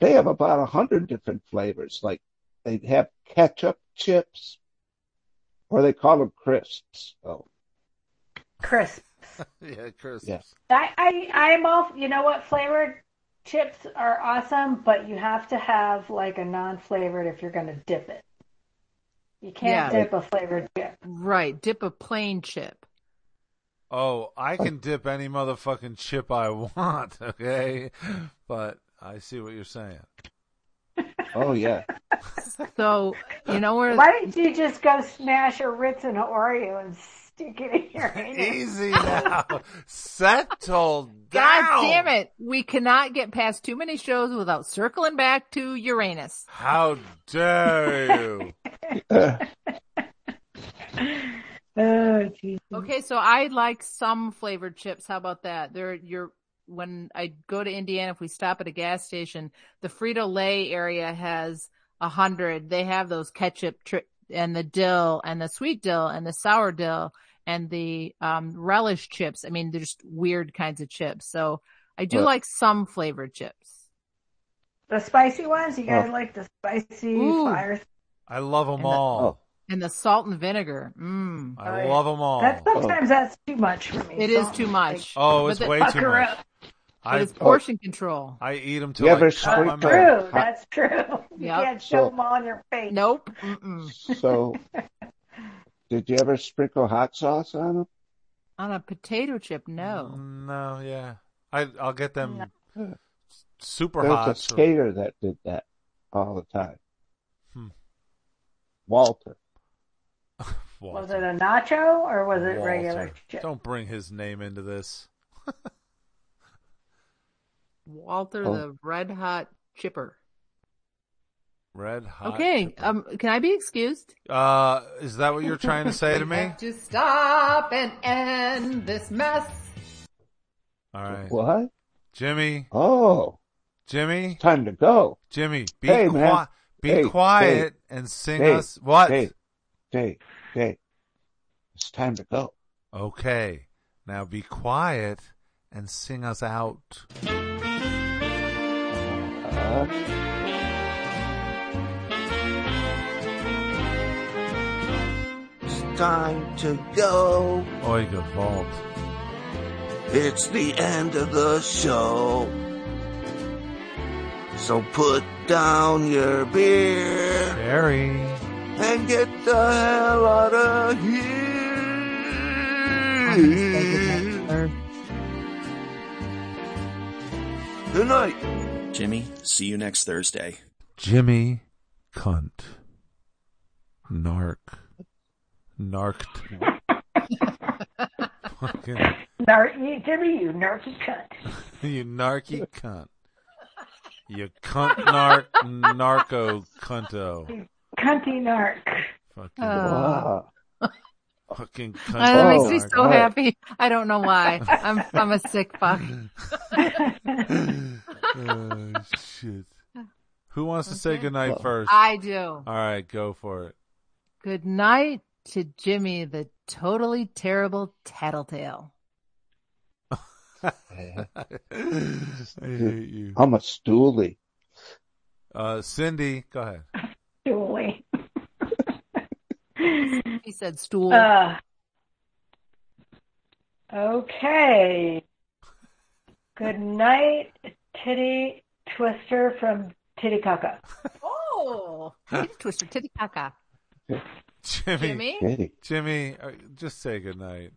S1: they have about a hundred different flavors. Like they have ketchup chips, or they call them crisps. Oh,
S5: Crisp.
S2: Yeah, Chris.
S1: Yeah.
S5: I, I I'm all you know what flavored chips are awesome, but you have to have like a non-flavored if you're gonna dip it. You can't
S4: Yeah.
S5: dip a flavored chip.
S4: Right. Dip a plain chip.
S2: Oh, I can dip any motherfucking chip I want. Okay, but I see what you're saying.
S1: oh yeah.
S4: So, you know where
S5: Why don't you just go smash a Ritz and Oreo and stick it in your anus?
S2: Easy now. Settle down.
S4: God damn it. We cannot get past too many shows without circling back to Uranus.
S2: How dare you?
S5: Oh, geez. Oh, Mm-hmm.
S4: Okay, so I like some flavored chips. How about that? They're your when I go to Indiana, if we stop at a gas station, the Frito Lay area has a hundred. They have those ketchup tri- and the dill and the sweet dill and the sour dill and the um, relish chips. I mean, they're just weird kinds of chips. So I do
S1: Right.
S4: like some flavored chips.
S5: The spicy ones? You guys
S1: Oh.
S5: like the spicy
S4: Ooh.
S5: fire?
S2: I love them
S4: And the-
S2: all.
S4: And the salt and vinegar. Mmm.
S5: Oh,
S2: I
S5: yeah.
S2: love them all.
S5: That sometimes that's too much for me.
S4: It
S5: so
S4: is too much.
S2: oh,
S4: But
S2: it's
S4: the-
S2: way
S5: Fuck
S2: too
S5: her
S2: much.
S5: up.
S4: But it's
S2: I oh.
S4: portion control.
S2: I eat them
S1: You
S2: till
S1: ever
S2: I cut my
S1: squeaked
S2: mouth.
S5: True. That's true. You
S4: Yep.
S5: can't
S1: So-
S5: shove them all in your face.
S4: Nope. Mm-mm.
S1: So, did you ever sprinkle hot sauce on them?
S4: On a potato chip, no.
S2: Mm, No, yeah. I I'll get them
S1: No.
S2: s- super
S1: there was
S2: hot.
S1: a
S2: so-
S1: skater that did that all the time.
S2: Hmm.
S1: Walter.
S5: Was
S2: Walter.
S5: it a nacho or was it
S2: Walter.
S5: regular chip?
S2: Don't bring his name into this.
S4: Walter
S1: Oh.
S4: the Red Hot Chipper.
S2: Red hot.
S4: okay.
S2: chipper.
S4: Um, can I be excused?
S2: Uh, is that what you're trying to say to me?
S4: Have to stop and end this mess.
S2: All right,
S1: What?
S2: Jimmy,
S1: Oh,
S2: Jimmy,
S1: it's time to go.
S2: Jimmy. Be
S1: Hey, man.
S2: quiet. Be
S1: Hey,
S2: quiet and sing
S1: Dave,
S2: us what?
S1: Dave, Dave, Dave. It's time to go.
S2: Okay. Now be quiet and sing us out.
S1: Uh,
S2: Ah.
S6: It's time to go.
S2: Oiga Vault.
S6: It's the end of the show. So put down your beer
S2: Barry.
S6: and get the hell out of here. Good night.
S8: Jimmy, see you next Thursday.
S2: Jimmy Cunt. Narc. Narked. Fucking,
S5: Nar- you- Jimmy, you nerdy cunt.
S2: you narky cunt. You cunt narc narco cunto.
S5: Cunty narc.
S2: Fucking,
S1: wow.
S2: fucking
S4: I don't know,
S2: cunt.
S4: it Oh. makes me
S1: Oh,
S4: so
S1: God.
S4: happy. I don't know why. I'm I'm a sick fuck.
S2: narc. Oh, shit. Who wants to say
S4: Okay.
S2: goodnight first?
S4: I do.
S2: All right, go for it.
S4: Good night to Jimmy, the totally terrible tattletale.
S2: I hate you.
S1: I'm a stoolie.
S2: Uh, Cindy, go ahead.
S5: Julie.
S4: He said stool.
S5: Uh, okay. Good night, titty twister from Titicaca.
S4: oh, titty twister, titty caca.
S2: Jimmy.
S4: Jimmy,
S1: Kitty.
S2: Jimmy, uh, just say goodnight.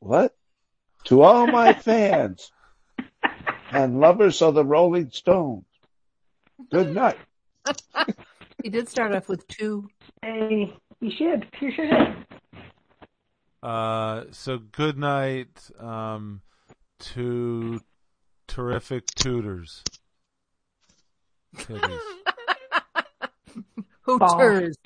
S1: What? To all my fans and lovers of the Rolling Stones, good night.
S4: he did start off with two.
S5: Hey, you should. You should. have.
S2: Uh, so good night um, to terrific tutors. Titties.
S4: Hooters.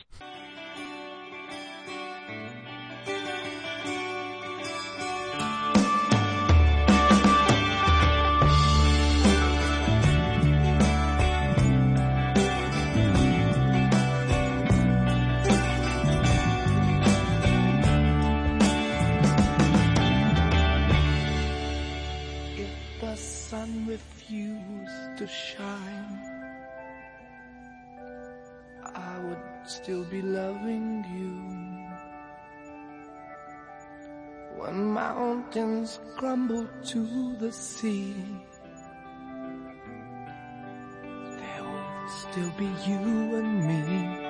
S7: If the sun refused to shine, I would still be loving you. When mountains crumble to the sea, there would still be you and me.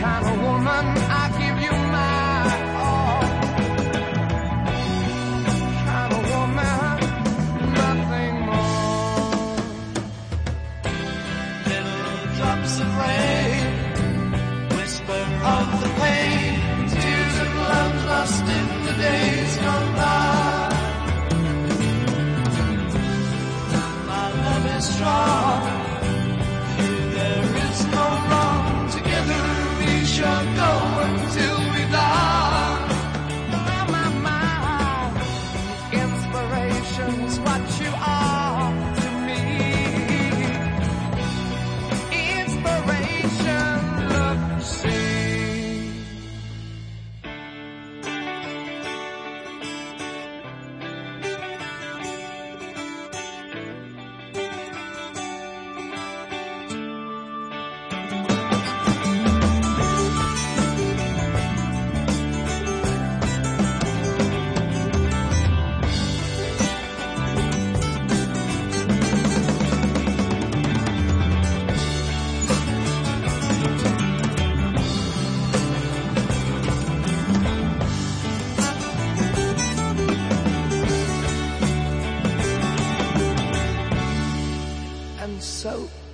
S7: kind of woman I give you my all. Kind of woman, nothing more. Little drops of rain, whisper of the pain, tears of love lost in the days gone by. My love is strong. There is no wrong. Together we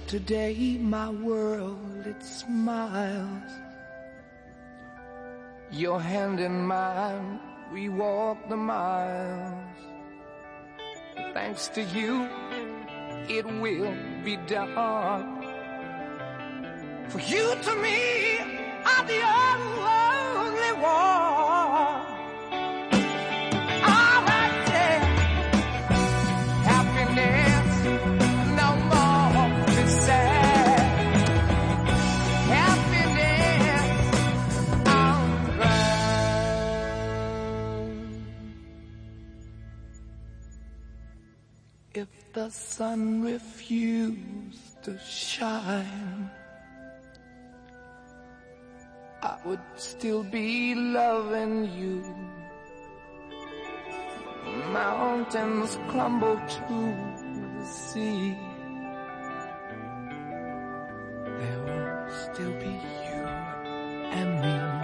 S7: Today my world it smiles. Your hand in mine, we walk the miles. Thanks to you, it will be done. For you to me are the only one. All right, yeah. Happiness no more to say. Happiness on the ground. If the sun refused to shine, I would still be loving you. Mountains crumble to the sea. There will still be you and me.